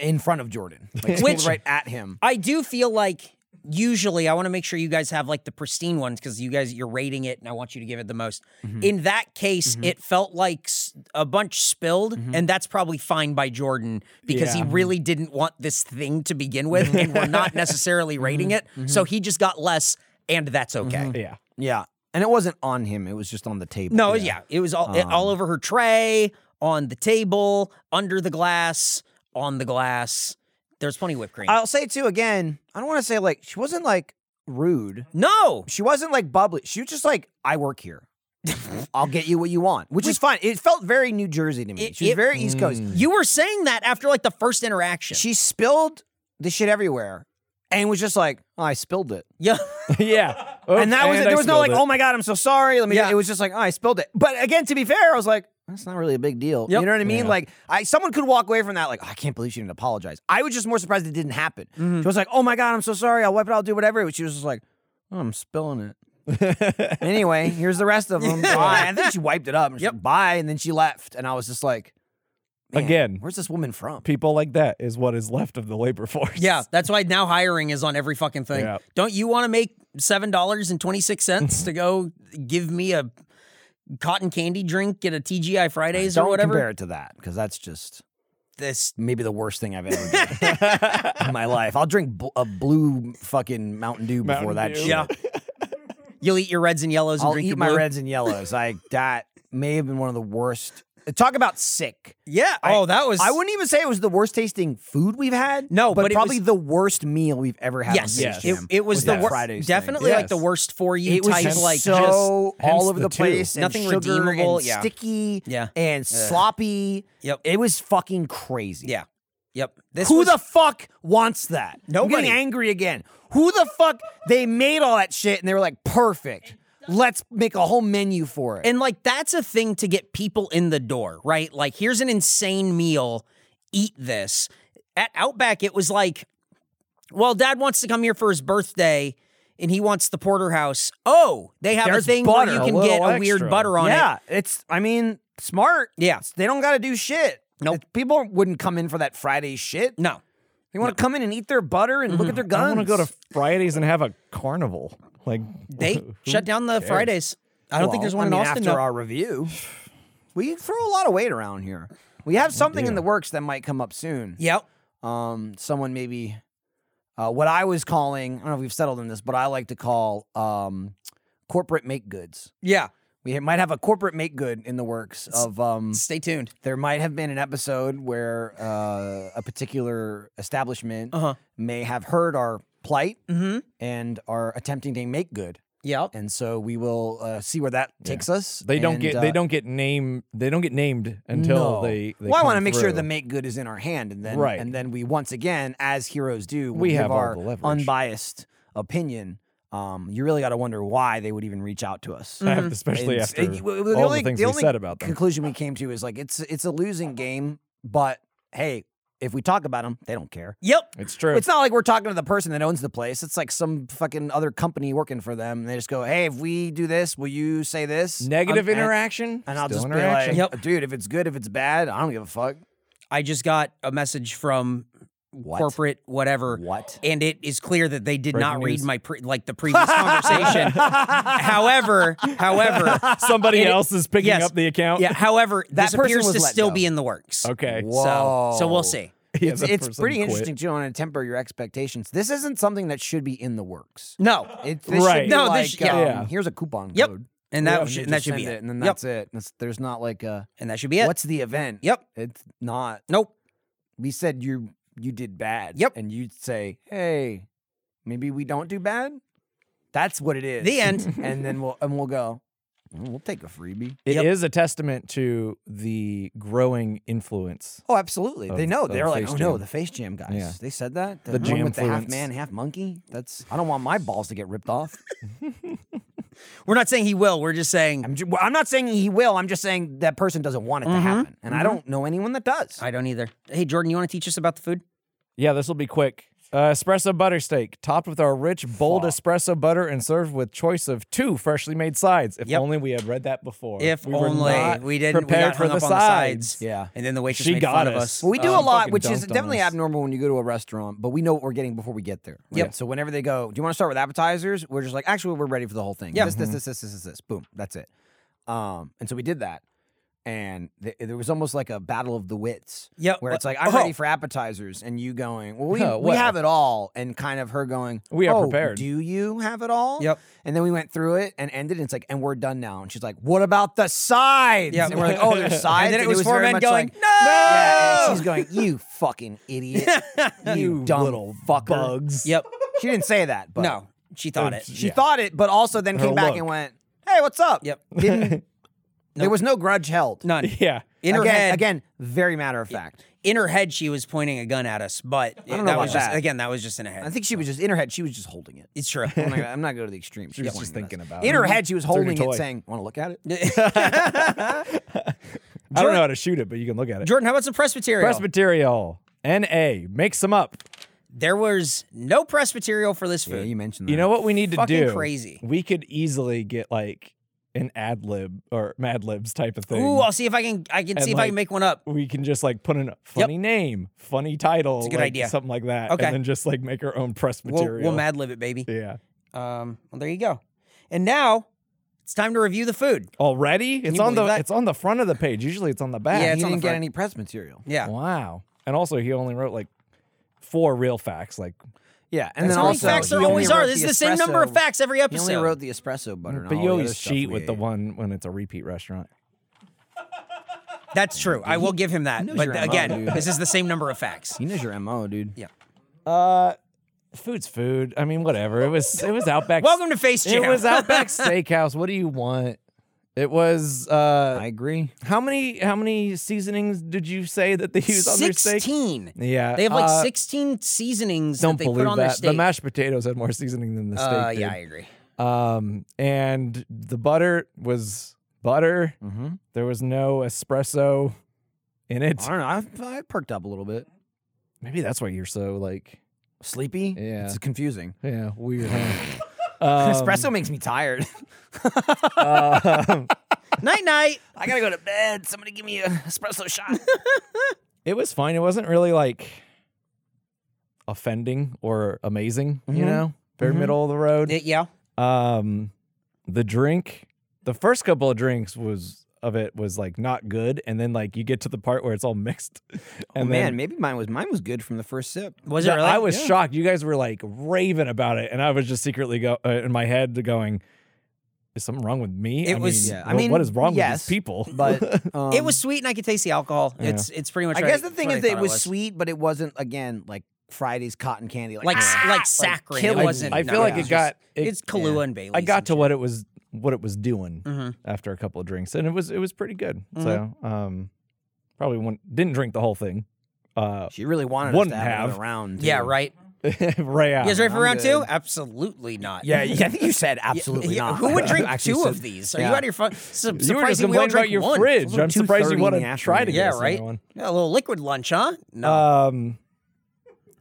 S2: in front of Jordan, like,
S4: Which-
S2: right at him.
S4: I do feel like usually I want to make sure you guys have like the pristine ones because you guys you're rating it and I want you to give it the most. In that case, it felt like s- a bunch spilled, and that's probably fine by Jordan because he
S3: Yeah.
S4: really didn't want this thing to begin with, and we're not necessarily rating it, so he just got less, and that's okay.
S3: Yeah.
S2: Yeah, and it wasn't on him; it was just on the table.
S4: No, yeah. it was all it- all over her tray, on the table, under the glass, on the glass. There's plenty of whipped cream.
S2: I'll say too again. I don't want to say like she wasn't like rude.
S4: no,
S2: She wasn't like bubbly. She was just like, I work here.
S4: Mm-hmm.
S2: I'll get you what you want, which is fine. It felt very New Jersey to me.
S4: It-
S2: she was
S4: it- Mm.
S2: very East Coast.
S4: you were saying that after like the first interaction.
S2: She spilled the shit everywhere and was just like, oh, I spilled it.
S4: yeah.
S3: yeah.
S2: and that was it.
S3: I
S2: There was no
S3: spilled
S2: like,
S3: it.
S2: oh my God, I'm so sorry. Let me,
S4: Yeah.
S2: it was just like, oh, I spilled it. But again, to be fair, I was like, that's not really a big deal.
S4: Yep.
S2: You know what I mean?
S3: Yeah.
S2: Like, I someone could walk away from that like, "Oh, I can't believe she didn't apologize. I was just more surprised it didn't happen. She was like, oh my God, I'm so sorry. I'll wipe it. I'll do whatever. She was just like, oh, I'm spilling it. anyway, here's the rest of them. Bye. I think she wiped it up. And she's like, Bye. And then she left. And I was just like, "Oh, man,
S3: Again.
S2: where's this woman from?
S3: people like that is what is left of the labor force.
S4: Yeah, that's why now hiring is on every fucking thing.
S3: Yeah.
S4: Don't you want to make seven dollars and twenty six cents to go give me a cotton candy drink at a TGI Fridays
S2: Don't
S4: or whatever?
S2: compare it to that because that's just
S4: This
S2: maybe the worst thing I've ever done in my life. I'll drink bl- a blue fucking Mountain Dew before
S3: Mountain
S2: that
S3: Dew.
S2: shit.
S4: yeah. You'll eat your reds and yellows and
S2: I'll
S4: drink
S2: eat
S4: your
S2: my
S4: blue.
S2: reds and yellows. I that may have been one of the worst Talk about sick.
S4: Yeah. oh, that was.
S2: I wouldn't even say it was the worst tasting food we've had.
S4: No,
S2: but,
S4: but it
S2: probably
S4: was-
S2: the worst meal we've ever had.
S4: Yes.
S2: on
S3: Yes.
S2: Space
S4: It,
S2: Jam
S4: it was the
S2: that
S4: worst.
S2: Fridays
S4: Definitely
S3: thing.
S4: like the
S3: Yes.
S4: worst for you
S2: It was
S4: type.
S2: just
S4: like just.
S2: so
S3: hence
S2: all over
S3: the
S2: the
S3: two.
S2: place, and
S4: Nothing
S2: sugar
S4: redeemable,
S2: and
S4: yeah.
S2: sticky,
S4: Yeah.
S2: and sloppy.
S4: Yep.
S2: It was fucking crazy.
S4: Yeah. Yep. This
S2: Who
S4: was,
S2: the fuck wants that? I'm
S4: Nobody.
S2: getting angry again. Who the fuck? They made all that shit and they were like, perfect. Let's make a whole menu for it.
S4: And like that's a thing to get people in the door, right? Like here's an insane meal, eat this. At Outback it was like well, dad wants to come here for his birthday and he wants the porterhouse. Oh, they have
S2: There's
S4: a thing
S2: butter.
S4: where
S2: A
S4: you can
S3: little
S4: get a weird
S3: extra.
S4: butter on it.
S2: yeah, it's. I mean, smart.
S4: Yeah.
S2: It's- they don't got to do shit.
S4: Nope.
S2: It- people wouldn't come in for that Friday shit.
S4: No. Mm-hmm.
S2: They want to come in and eat their butter and look at their guns.
S3: I want to go to Fridays and have a carnival. Like
S4: They
S3: who
S4: shut down the
S3: cares?
S4: Fridays. Uh, I don't
S2: Well,
S4: think there's one
S2: I mean,
S4: in Austin.
S2: After
S4: though.
S2: our review, we throw a lot of weight around here. We
S4: Oh,
S2: have something in the works that might come up soon.
S4: yep.
S2: um, someone maybe uh, what I was calling, I don't know if we've settled on this, but I like to call um, corporate make goods.
S4: Yeah.
S2: We might have a corporate make good in the works of. Um,
S4: Stay tuned.
S2: there might have been an episode where uh, a particular establishment
S4: Uh-huh.
S2: may have heard our plight
S4: Mm-hmm.
S2: and are attempting to make good,
S4: Yep.
S2: and so we will uh, see where that takes us.
S3: They don't
S2: and,
S3: get.
S2: uh,
S3: they don't get name. They don't get named until
S2: no.
S3: they, they.
S2: well, I
S3: come
S2: want to make sure
S3: through.
S2: the make good is in our hand, and then
S3: Right.
S2: and then we once again, as heroes do, will
S3: We
S2: give
S3: have all
S2: our
S3: the leverage.
S2: unbiased opinion. Um, you really got to wonder why they would even reach out to us.
S3: Mm. especially
S2: It's-
S3: after
S2: it- well, the
S3: all
S2: only-
S3: the things
S2: the
S3: we
S2: only
S3: said about them.
S2: Conclusion we came to is like it's it's a losing game, but hey, if we talk about them, they don't care.
S4: Yep.
S3: It's true.
S2: It's not like we're talking to the person that owns the place. It's like some fucking other company working for them. And they just go, "Hey, if we do this, will you say this?"
S3: negative
S2: I'm- and-
S3: interaction.
S2: And I'll
S3: still
S2: just be like,
S3: interaction.
S4: Yep.
S2: "Dude, if it's good, if it's bad, I don't give a fuck."
S4: I just got a message from
S2: What?
S4: corporate whatever
S2: What?
S4: and it is clear that they did not
S3: Breaking
S4: read
S3: news.
S4: my pre- like the previous conversation however however
S3: somebody
S4: it-
S3: else is picking
S4: yes.
S3: up the account.
S4: yeah however
S2: That
S4: that
S2: person
S4: appears
S2: was
S4: to
S2: let
S4: still
S2: go. Oh.
S4: be in the works
S3: Okay.
S2: Whoa.
S4: so so we'll see
S3: Yeah,
S2: it's
S3: that
S2: it's
S3: person
S2: pretty
S3: quit.
S2: interesting too. I want to temper your expectations. This isn't something that should be in the works.
S4: no
S2: It, this
S3: Right.
S2: Should be
S4: No,
S2: like,
S4: this- yeah.
S2: um,
S3: Yeah.
S2: Here's a coupon
S4: Yep.
S2: code.
S4: and that,
S3: Yeah,
S4: should,
S2: You
S4: and that
S2: just
S4: should be
S2: send
S4: it,
S2: and then
S4: Yep.
S2: that's it. That's, there's not like a
S4: and that should be it
S2: what's the event.
S4: Yep.
S2: It's not.
S4: nope
S2: We said you you did bad.
S4: Yep.
S2: And you say, hey, maybe we don't do bad. That's what it is.
S4: The end.
S2: and then we'll and we'll go. "Mm, We'll take a freebie.
S3: It is
S4: Yep.
S3: a testament to the growing influence.
S2: Oh, absolutely. they
S3: Of-
S2: know.
S3: of
S2: They're like,
S3: Face
S2: oh no,
S3: Jam.
S2: the face jam guys.
S3: Yeah.
S2: They said that. The,
S3: The
S2: one with the half
S3: Jamfluence.
S2: man, half monkey. That's I don't want my balls to get ripped off.
S4: we're not saying he will we're just saying
S2: I'm, ju- well, I'm not saying he will. I'm just saying that person doesn't want it to happen, and I don't know anyone that does.
S4: i don't either hey jordan you want to teach us about the food
S3: Yeah, this will be quick. Uh, espresso butter steak, topped with our rich, bold espresso butter, and served with choice of two freshly made sides. If
S4: Yep.
S3: only we had read that before.
S4: if
S3: we were
S4: only
S3: not
S4: we didn't we
S3: prepared
S4: got hung
S3: for
S4: up
S3: the
S4: on the
S3: sides.
S4: sides
S2: Yeah.
S4: and then the waitress
S3: She
S4: made
S3: got
S4: fun of
S3: us.
S4: us
S2: Well, we do
S3: Um,
S2: a lot,
S3: fucking
S2: which is
S3: dunked on
S2: definitely
S3: us.
S2: abnormal when you go to a restaurant, but we know what we're getting before we get there.
S4: Yep.
S2: So whenever they go, do you want to start with appetizers? We're just like, actually, we're ready for the whole thing.
S4: Yeah.
S2: This,
S3: Mm-hmm.
S2: this, this, this, this, this, this. Boom. That's it. Um, and so we did that, and th- there was almost like a battle of the wits.
S4: Yep.
S2: Where
S4: Wha-
S2: it's like, I'm
S4: Oh.
S2: ready for appetizers, and you going, well, we,
S3: Huh,
S2: we
S3: well.
S2: have it all, and kind of her going,
S3: We are
S2: "Oh,
S3: prepared."
S2: Do you have it all?
S4: Yep.
S2: And then we went through it and ended, and it's like, and we're done now. And she's like, what about the sides?
S4: Yep.
S2: And we're like, oh, there's sides.
S4: And then it was four
S2: very
S4: men
S2: much
S4: going,
S2: like,
S4: "No!"
S2: Yeah, and she's going, you fucking idiot. you, dumb fucker.
S3: bugs.
S4: yep
S2: She didn't say that, but
S4: no she thought
S3: Oh,
S4: it
S2: she thought it, but also then came back and
S3: look.
S2: went, hey, what's up?
S4: Yep.
S2: Didn't, There was no grudge held.
S4: none
S3: Yeah.
S4: in her
S2: again,
S4: head
S2: again, very matter of fact.
S4: in her head she was pointing a gun at us, but
S2: don't know
S4: that
S2: about
S4: was just
S2: that.
S4: again that was just in her head.
S2: I think Oh she was just in her head. She was just holding it.
S4: it's true.
S2: I'm not, I'm not going to the extreme. She
S3: was just thinking about
S2: In
S3: it.
S2: her head, she was
S3: her
S2: holding it,
S3: toy.
S2: saying, "Want to look at it?"
S3: I don't know how to shoot it, but you can look at it.
S4: Jordan, how about some Presbyterian?
S3: Presbyterial. N.A. Make some up.
S4: there was no Presbyterian for this
S2: Yeah,
S4: food.
S2: you mentioned that.
S3: You know what we need to
S4: Fucking
S3: do?
S4: crazy.
S3: We could easily get like an ad lib or Mad Libs type of thing.
S4: Ooh, uh, I'll see if I can. I can
S3: And,
S4: see if I
S3: like,
S4: can make one up.
S3: we can just like put in a funny name, funny title,
S4: a good
S3: like,
S4: idea.
S3: something like that,
S4: Okay.
S3: and then just like make our own press
S4: We'll,
S3: material.
S4: we'll Mad Lib it, baby.
S3: yeah,
S4: Um, well, there you go. And now it's time to review the food.
S3: already it's
S4: you
S3: on the
S4: believe that?
S3: it's on the front of the page. Usually it's on the back.
S4: Yeah,
S2: He
S4: it's on the
S2: didn't get
S4: front.
S2: any press material.
S4: Yeah,
S3: wow. And also, he only wrote like four real facts. Like,
S2: Yeah, and then
S3: That's how many
S2: also
S4: facts there
S2: he only
S4: always are.
S2: wrote
S4: This is the same number of
S2: espresso-
S4: facts every
S2: He
S4: episode.
S2: only wrote the espresso butter. and
S3: but
S2: all
S3: you
S2: the
S3: always
S2: other stuff
S3: cheat
S2: we
S3: with the
S2: ate.
S3: one when it's a repeat restaurant.
S4: That's true. I will give him that.
S2: knows
S4: But
S2: your MO,
S4: again,
S2: dude.
S4: this is the same number of facts.
S2: He knows your MO, dude.
S4: Yeah.
S3: Uh, food's food. I mean, whatever. It was it was Outback.
S4: Welcome to Face Jam.
S3: It was Outback Steakhouse. What do you want? It was uh
S2: I agree.
S3: how many how many seasonings did you say that they use on their steak?
S4: 16.
S3: Yeah.
S4: They have like
S3: uh,
S4: 16 seasonings
S3: Don't
S4: that they
S3: believe
S4: put on
S3: that.
S4: their steak.
S3: The mashed potatoes had more seasoning than the steak.
S4: uh,
S3: did.
S4: yeah, I agree.
S3: Um, and the butter was butter.
S2: Mm-hmm.
S3: There was no espresso in it.
S2: I don't know. I, I perked up a little bit.
S3: Maybe that's why you're so like,
S2: Sleepy?
S3: Yeah.
S2: It's confusing.
S3: yeah, weird. Huh? Um,
S2: Espresso makes me tired.
S3: um,
S4: Night night.
S2: I gotta go to bed. Somebody give me an espresso shot.
S3: it was fine. It wasn't really like offending or amazing. You
S2: Mhm.
S3: know, very
S2: Mhm.
S3: middle of the road.
S4: Yeah.
S3: Um, the drink, the first couple of drinks was of it was like not good, and then like you get to the part where it's all mixed, and
S2: oh
S3: then
S2: man, maybe mine was mine was good from the first sip.
S4: Was it
S3: that-
S4: really?
S3: I was
S4: Yeah.
S3: shocked. You guys were like raving about it, and I was just secretly go uh, in my head going, "Is something wrong with me?"
S4: It
S3: I
S4: was-
S3: Mean,
S2: Yeah, I
S3: what- what
S2: mean,
S3: is wrong with
S2: yes,
S3: these people?
S2: But um,
S4: It was sweet and I could taste the alcohol. It's it's pretty much
S2: I
S4: right-
S2: guess the thing is
S4: what I
S2: that it
S4: thought
S2: was, sweet, but it wasn't again like Friday's cotton candy. Like,
S4: Like s-
S2: ah,
S4: like saccharine.
S2: kill
S4: It
S3: I,
S2: me.
S4: wasn't-
S3: I feel
S4: no,
S3: like
S4: yeah.
S3: it got. It,
S4: It's Kahlua and Bailey's.
S3: I got
S4: and
S3: to
S4: shit.
S3: what it was what it was doing
S4: Mhm.
S3: after a couple of drinks, and it was it was pretty good.
S4: Mm-hmm.
S3: So um, probably one didn't drink the whole thing. Uh,
S2: She really wanted us
S3: Wouldn't
S2: to have,
S3: have.
S2: another round.
S4: Yeah,
S2: too.
S4: right.
S3: right
S4: You guys ready for
S2: I'm
S4: round two?
S2: good.
S4: Absolutely not.
S2: Yeah, yeah, I think you said absolutely
S4: Yeah,
S2: not.
S4: Who would drink
S2: You actually
S4: two
S2: said-
S4: of these? Are you
S2: yeah.
S4: out of your fun? Su-
S3: You were just
S4: surprising we
S3: complaining
S4: all
S3: about
S4: drank
S3: your
S4: one.
S3: fridge.
S2: only
S3: I'm surprised
S2: 2:30
S3: you
S2: in
S3: want
S2: the
S3: to try to
S2: afternoon.
S3: guess
S4: Yeah, right.
S3: another
S4: Yeah, a little liquid lunch, huh? No,
S3: one. Um,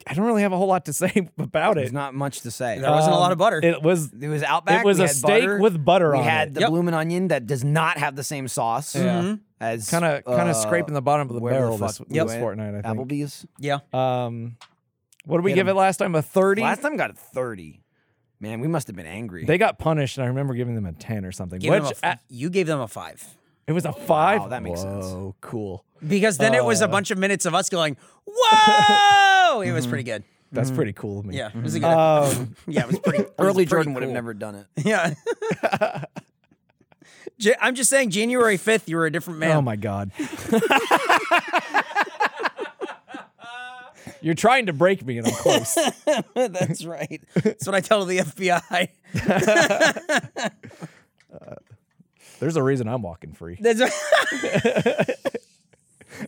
S3: I don't really have a whole lot to say about it.
S2: There's not much to say.
S4: there wasn't a lot
S3: um,
S4: of butter.
S3: It was
S2: It was Outback.
S3: It was
S2: we
S3: a
S2: had
S3: steak
S2: butter,
S3: with butter
S2: we
S3: on
S2: had
S3: it.
S2: the
S4: Yep.
S2: bloomin' onion that does not have the same sauce.
S4: Mhm.
S2: As uh,
S3: kind of kind of scraping the bottom of the
S2: wherever the
S3: barrel
S2: fuck
S3: this,
S2: we
S3: this
S2: went.
S3: fortnight. I think.
S2: Applebee's.
S4: yeah,
S3: Um, what did we
S2: Hit
S3: give it
S2: 'em.
S3: last time? A thirty.
S2: Last time got a thirty. Man, we must have been angry.
S3: They got punished, and I remember giving them a ten or something.
S4: Gave
S3: which
S4: them a f-
S3: a-
S4: you gave them a five
S3: it was a five.
S2: Oh, that makes sense.
S3: Whoa, cool.
S4: because then it was a bunch of minutes of us going, "Whoa!" it was pretty good.
S3: That's pretty cool of me.
S4: Mm-hmm. Yeah, it was a good.
S3: Um,
S4: yeah, it was pretty. it was
S2: Early
S4: pretty
S2: Jordan would have
S4: cool.
S2: never done it.
S4: Yeah. Ja- I'm just saying, January 5th, you were a different man.
S3: oh my god. You're trying to break me, and I'm close.
S2: Oh
S4: That's right. That's what I tell the FBI.
S3: There's a reason I'm walking free.
S4: That's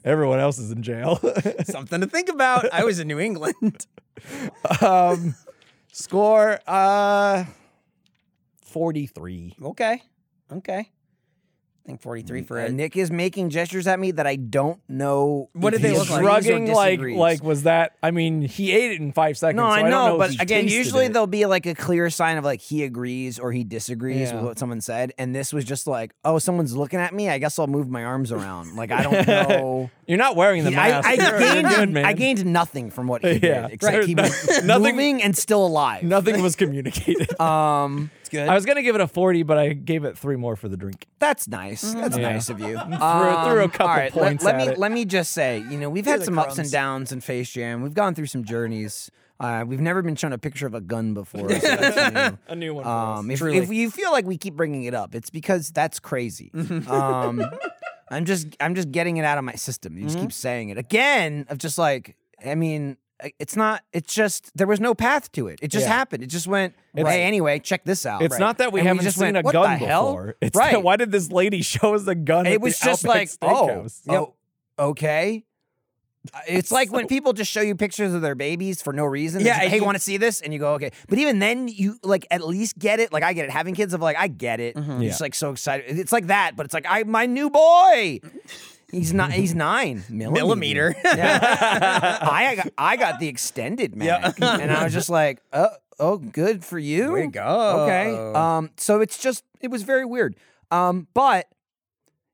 S3: Everyone else is in jail.
S4: something to think about. I was in New England.
S3: Um, Score uh, forty-three.
S4: Okay. Okay. I think 43 for
S2: Uh,
S4: a
S2: Nick is making gestures at me that I don't know.
S4: What
S2: if
S4: did they
S2: he
S4: look like?
S2: agrees or
S3: shrugging like
S2: disagrees.
S3: like was that i mean he ate it in five seconds
S2: No,
S3: so
S2: I
S3: don't
S2: know,
S3: if
S2: but
S3: he
S2: again,
S3: tasted
S2: usually
S3: it.
S2: there'll be like a clear sign of like he agrees or he disagrees
S3: Yeah.
S2: with what someone said, and this was just like, oh, someone's looking at me. I guess I'll move my arms around. Like I don't know.
S3: you're not wearing the
S2: I,
S3: mask
S2: I
S3: You're- you're
S2: gained,
S3: good, man.
S2: I gained nothing from what he
S3: Yeah.
S2: did, except
S3: Right.
S2: he was
S3: Nothing-
S2: moving and still alive.
S3: nothing was communicated
S2: Um,
S3: i was gonna give it a 40 but i gave it three more for the drink
S2: that's nice. That's
S3: Mm-hmm. Yeah.
S2: nice of you. Um,
S3: threw a couple
S2: all right, let-
S3: points
S2: Let,
S3: at
S2: me
S3: it.
S2: let me just say, you know, we've had
S4: the
S2: some ups and
S4: crumbs.
S2: downs in Face Jam. We've gone through some journeys. Uh, we've never been shown a picture of a gun before. So that's new.
S3: a new one
S2: Um, if, if you feel like we keep bringing it up, it's because that's crazy.
S3: Mm-hmm.
S2: um, I'm just I'm just getting it out of my system. You just
S3: Mm-hmm.
S2: keep saying it again. Of just like I mean, I- it's not. It's just there was no path to it. It just
S3: Yeah.
S2: Hey, anyway, check this out.
S3: it's not that we
S2: Oh, And
S3: haven't
S2: just
S3: seen
S2: went,
S3: a
S2: "What
S3: gun
S2: the hell?"
S3: before it's
S2: right.
S3: that, why did this lady show us a gun at
S2: it
S3: the
S2: was just like,
S3: Outback
S2: oh,
S3: Steakhouse?
S2: oh, okay. Uh, It's like when people just show you pictures of their babies for no reason. They're
S4: Yeah,
S2: just like,
S4: I
S2: hey,
S4: do-
S2: want to see this? And you go, okay. But even then, you like at least get it. Like I get it. Having kids, of like I get it. You're
S3: Mm-hmm. Yeah.
S2: just like so excited. It's like that, but it's like I my new boy. He's not. He's nine millimeter.
S4: millimeter.
S2: Yeah. I got, I got the extended Mac, and I was just like, oh, oh, good for you.
S4: Way to go.
S2: Okay. Um. So it's just it was very weird. Um. But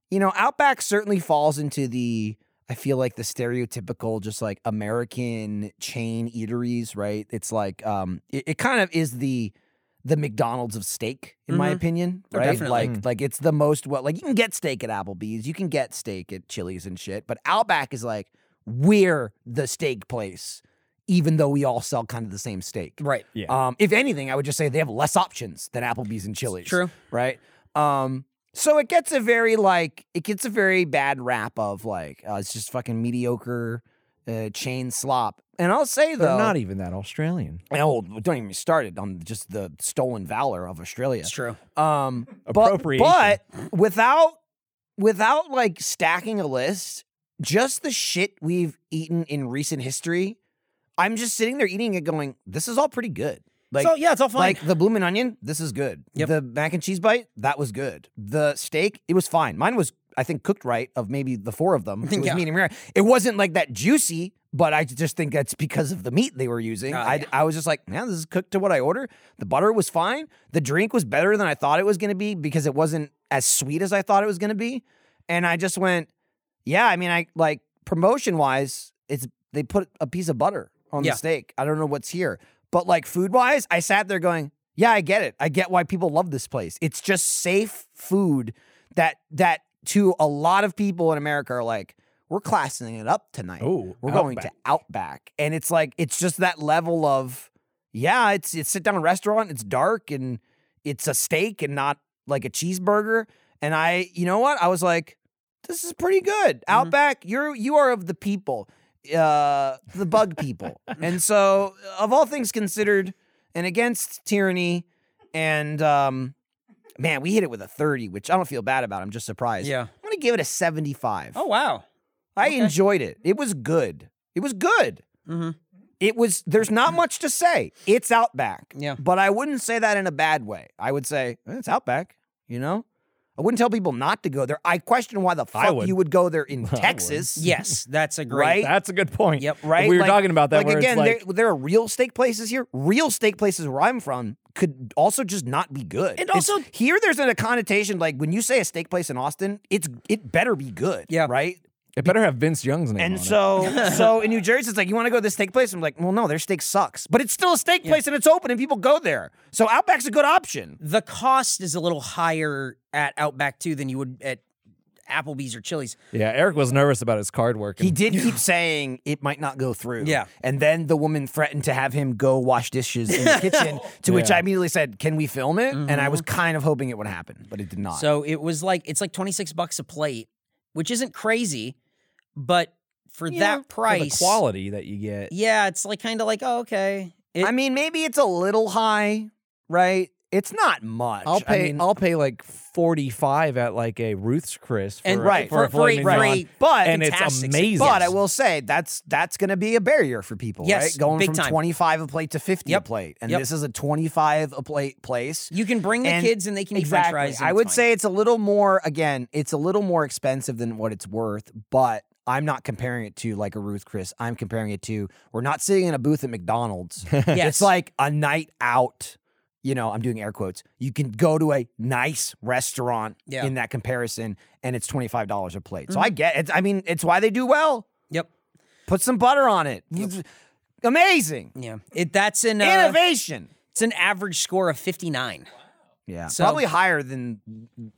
S2: you know, Outback certainly falls into the I feel like the stereotypical just like American chain eateries, right? It's like um it, it kind of is the the McDonald's of steak, in my
S4: Mhm.
S2: opinion.
S4: Oh,
S2: Right.
S4: definitely.
S2: Like like it's the most well like you can get steak at Applebee's, you can get steak at Chili's and shit, but Outback is like, we're the steak place, even though we all sell kind of the same steak.
S4: Right.
S3: yeah
S2: Um, if anything, I would just say they have less options than Applebee's and Chili's.
S4: True.
S2: Right. Um, So it gets a very like it gets a very bad rap of like uh, it's just fucking mediocre uh, chain slop. And I'll say though,
S3: They're not e even that Australian.
S2: oh, don't even start it on just the stolen valor of Australia.
S4: It's true.
S2: Um, but,
S3: Appropriation.
S2: but without without like stacking a list, just the shit we've eaten in recent history, I'm just sitting there eating it, going, "This is all pretty good." Like,
S4: so yeah, it's all fine.
S2: like the bloomin' onion, this is good.
S4: Yep.
S2: The mac and cheese bite, that was good. The steak, it was fine. Mine was, I think, cooked right of maybe the four of them. It was
S4: Yeah.
S2: medium rare. It wasn't like that juicy, but I just think that's because of the meat they were using.
S4: Oh,
S2: I,
S4: yeah.
S2: I was just like, man, this is cooked to what I order. The butter was fine. The drink was better than I thought it was going to be because it wasn't as sweet as I thought it was going to be. And I just went, yeah, I mean, I like promotion wise, it's they put a piece of butter on
S4: Yeah.
S2: the steak. I don't know what's here, but like food wise, I sat there going, yeah, I get it. I get why people love this place. It's just safe food that that to a lot of people in America are like, we're classing it up tonight.
S3: Oh,
S2: we're going to Outback, and it's like it's just that level of yeah, it's it's sit down restaurant. It's dark and it's a steak and not like a cheeseburger. And I, you know what? I was like, this is pretty good.
S4: Mm-hmm.
S2: Outback, you're you are of the people, uh, the bug people. and so, of all things considered, and against tyranny, and um, man, we hit it with a thirty, which I don't feel bad about. I'm just surprised.
S4: Yeah.
S2: I'm gonna give it a seventy-five.
S4: oh wow.
S2: I
S4: okay.
S2: enjoyed it. It was good. It was good.
S4: Mm-hmm.
S2: It was there's not much to say. It's Outback.
S4: Yeah.
S2: But I wouldn't say that in a bad way. I would say "Eh, it's Outback, you know? I wouldn't tell people not to go there. I question why the
S3: I
S2: fuck
S3: would.
S2: you would go there in
S3: I would.
S2: Texas.
S4: Yes, that's a great.
S2: Right?
S3: That's a good point.
S4: Yep,
S2: Right?
S3: We were
S2: Like-
S3: talking about that.
S2: Like
S3: where
S2: again,
S3: it's like,
S2: there, there are real steak places here. Real steak places where I'm from could also just not be good.
S4: And
S2: It's-
S4: also-
S2: here there's a connotation like when you say a steak place in Austin, it's it better be good.
S4: Yeah.
S2: Right?
S3: it better have Vince Young's name.
S2: And
S3: on it.
S2: so, so Oh, in New Jersey, it's like you want to go to this steak place. I'm like, well, no, their steak sucks, but it's still a steak place and it's open and people go there. So Outback's a good option.
S4: The cost is a little higher at Outback too than you would at Applebee's or Chili's.
S3: yeah, Eric was nervous about his card working.
S2: He did keep saying it might not go through.
S4: Yeah.
S2: and then the woman threatened to have him go wash dishes in the kitchen. To which
S3: Yeah.
S2: I immediately said, "Can we film it?" And I was kind of hoping it would happen, but it did not.
S4: So it was like it's like twenty six bucks a plate, which isn't crazy, but for that
S3: For
S4: price,
S3: the quality that you get.
S4: yeah, it's like kind of like oh okay. It-
S2: I mean, maybe it's a little high, right? It's not much.
S3: I'll
S2: I
S3: pay. I
S2: mean,
S3: will pay like forty five at like a Ruth's Chris for,
S4: and
S2: right,
S4: for,
S3: for, a
S4: for, a-
S3: filet
S4: for,
S3: mignon.
S4: a-
S2: but
S3: and it's
S4: fantastic
S3: amazing.
S2: But I will say that's that's going to be a barrier for people,
S4: Yes,
S2: right? Going
S4: big
S2: from
S4: time.
S2: 25 a plate to 50 a
S4: Yep.
S2: plate. And
S4: Yep.
S2: this is a 25 a plate place.
S4: you can bring the
S2: And-
S4: kids and they can eat French fries. and
S2: I
S4: it's
S2: would
S4: fine.
S2: say it's a little more again, it's a little more expensive than what it's worth, but I'm not comparing it to like a Ruth Chris. I'm comparing it to we're not sitting in a booth at McDonald's.
S4: yes.
S2: It's like a night out. You know, I'm doing air quotes. You can go to a nice restaurant
S4: Yeah. Mm-hmm.
S2: in that comparison, and it's twenty five dollars a plate. So I get it. I mean, it's why they do well.
S4: Yep.
S2: Put some butter on it. Amazing
S4: yeah, it that's an uh,
S2: innovation.
S4: it's an average score of fifty nine.
S2: Yeah,
S4: So-
S2: probably higher than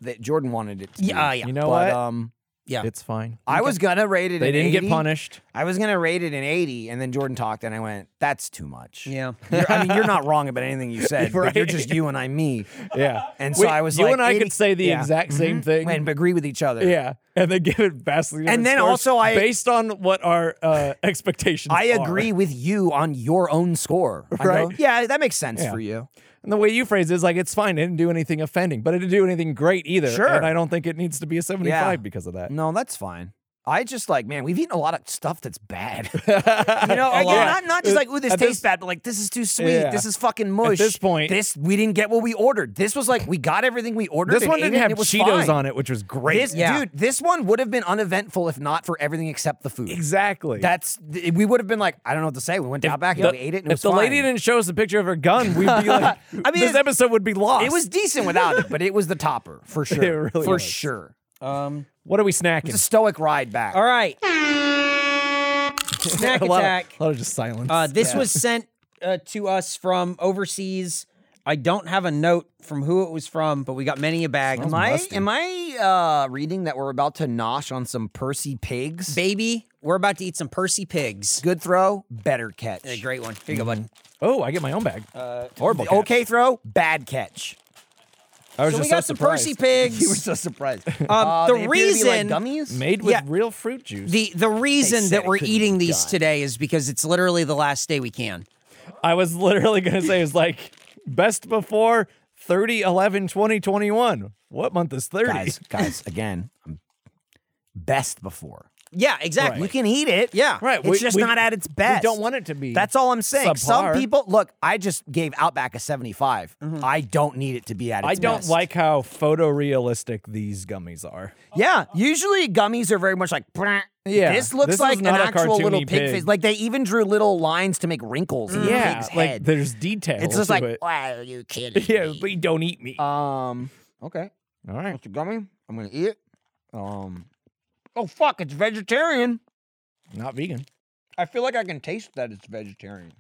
S2: that Jordan wanted it. To be.
S4: Yeah, uh, yeah.
S3: You know
S2: but
S3: what?
S2: um,
S3: it's fine.
S2: I was gonna rate it.
S3: They
S2: an
S3: didn't get
S2: 80.
S3: punished.
S2: I was gonna rate it an eighty, and then Jordan talked, and I went, "That's too much."
S4: Yeah.
S2: You're- I mean, you're not wrong about anything you said. but you're
S3: Right.
S2: just you and I, me.
S3: Yeah.
S2: And so
S3: We-
S2: I was
S3: you
S2: like,
S3: and I
S2: 80
S3: could say the
S2: yeah. Mm-hmm.
S3: exact same thing.
S2: and agree with each other.
S3: yeah, and then give it vastly. different
S2: then
S3: scores
S2: also I-
S3: based on what our uh, expectations.
S2: I
S3: are.
S2: agree with you on your own score. I go,
S3: Right.
S2: yeah, that makes sense
S3: Yeah.
S2: for you.
S3: And the way you phrase it is like it's fine. It didn't do anything offending, but it didn't do anything great either.
S2: Sure.
S3: And I don't think it needs to be a seventy-five because of that.
S2: No, that's fine. I just like, man, we've eaten a lot of stuff that's bad. You know,
S3: A
S2: again,
S3: lot.
S2: not, not just like, ooh, this
S3: At
S2: tastes
S3: this-
S2: bad, but like, this is too sweet.
S3: Yeah.
S2: This is fucking mush.
S3: this point-
S2: this we didn't get what we ordered. This was like, we got everything we ordered.
S3: This
S2: and
S3: one
S2: ate
S3: didn't
S2: it,
S3: have
S2: and it was
S3: Cheetos
S2: fine.
S3: on it, which was great.
S2: This,
S4: Yeah.
S2: Dude, this one would have been uneventful if not for everything except the food.
S3: exactly.
S2: That's th- we would have been like, I don't know what to say. We went to Outback and
S3: The-
S2: we ate it. And it
S3: if
S2: was
S3: the lady
S2: fine.
S3: didn't show us a picture of her gun, we'd be like,
S2: I mean,
S3: this
S2: it-
S3: episode would be lost.
S2: It was decent without it, but it was the topper for sure.
S3: really
S2: for
S3: was.
S2: sure.
S4: Um.
S3: What are we
S2: It's a
S3: snacking?
S2: stoic ride back.
S4: All right. Snack
S3: a lot,
S4: attack.
S3: Of, a lot of just silence.
S4: Uh, this was sent uh, to us from overseas. I don't have a note from who it was from, but we got many a bag.
S2: Am I am I uh, reading that we're about to nosh on some Percy pigs?
S4: Baby, we're about to eat some Percy pigs.
S2: Good throw, better catch.
S4: A great
S2: Mm-hmm.
S4: one. Here you go, bud.
S3: oh, I get my own bag.
S2: Horrible. Okay throw, bad catch.
S3: I was
S4: so
S3: just
S4: we got
S3: so
S4: some Percy
S3: surprised.
S4: pigs. Um,
S2: You were so surprised. Uh,
S4: the
S2: they appear to be like
S4: reason-
S2: gummies.
S3: made with
S4: Yeah.
S3: real fruit juice.
S4: The the reason
S2: said
S4: that
S2: it
S4: we're
S2: couldn't
S4: eating
S2: be
S4: these
S2: done.
S4: today is because it's literally the last day we can.
S3: I was literally gonna say it's like best before 30 11 2021. What month is 30?
S2: guys, guys, again, I'm best before.
S4: Yeah, exactly.
S2: You can eat it.
S4: Yeah.
S3: Right,
S2: It's
S3: we-
S2: just
S3: we-
S2: not at its best.
S3: don't want it to be
S2: That's all I'm saying. Some
S3: subpar.
S2: people look, I just gave Outback a 75.
S4: Mm-hmm.
S2: I don't need it to be at its
S3: I don't
S2: best.
S3: like how photorealistic these gummies are.
S2: Yeah. Usually gummies are very much like "Brr."
S3: Yeah,
S2: This looks
S3: this is
S2: like an
S3: not a
S2: actual little
S3: cartoony
S2: pig,
S3: pig.
S2: face. Like they even drew little lines to make wrinkles in the pig's
S3: like
S2: head.
S3: there's details.
S2: it's just
S3: to
S2: like,
S3: it.
S2: why are you kidding?
S3: yeah, but you don't eat me.
S2: Um. Okay.
S3: all right.
S2: It's a gummy. I'm gonna eat it. Um. Oh fuck! It's vegetarian.
S3: Not vegan.
S2: I feel like I can taste that it's vegetarian.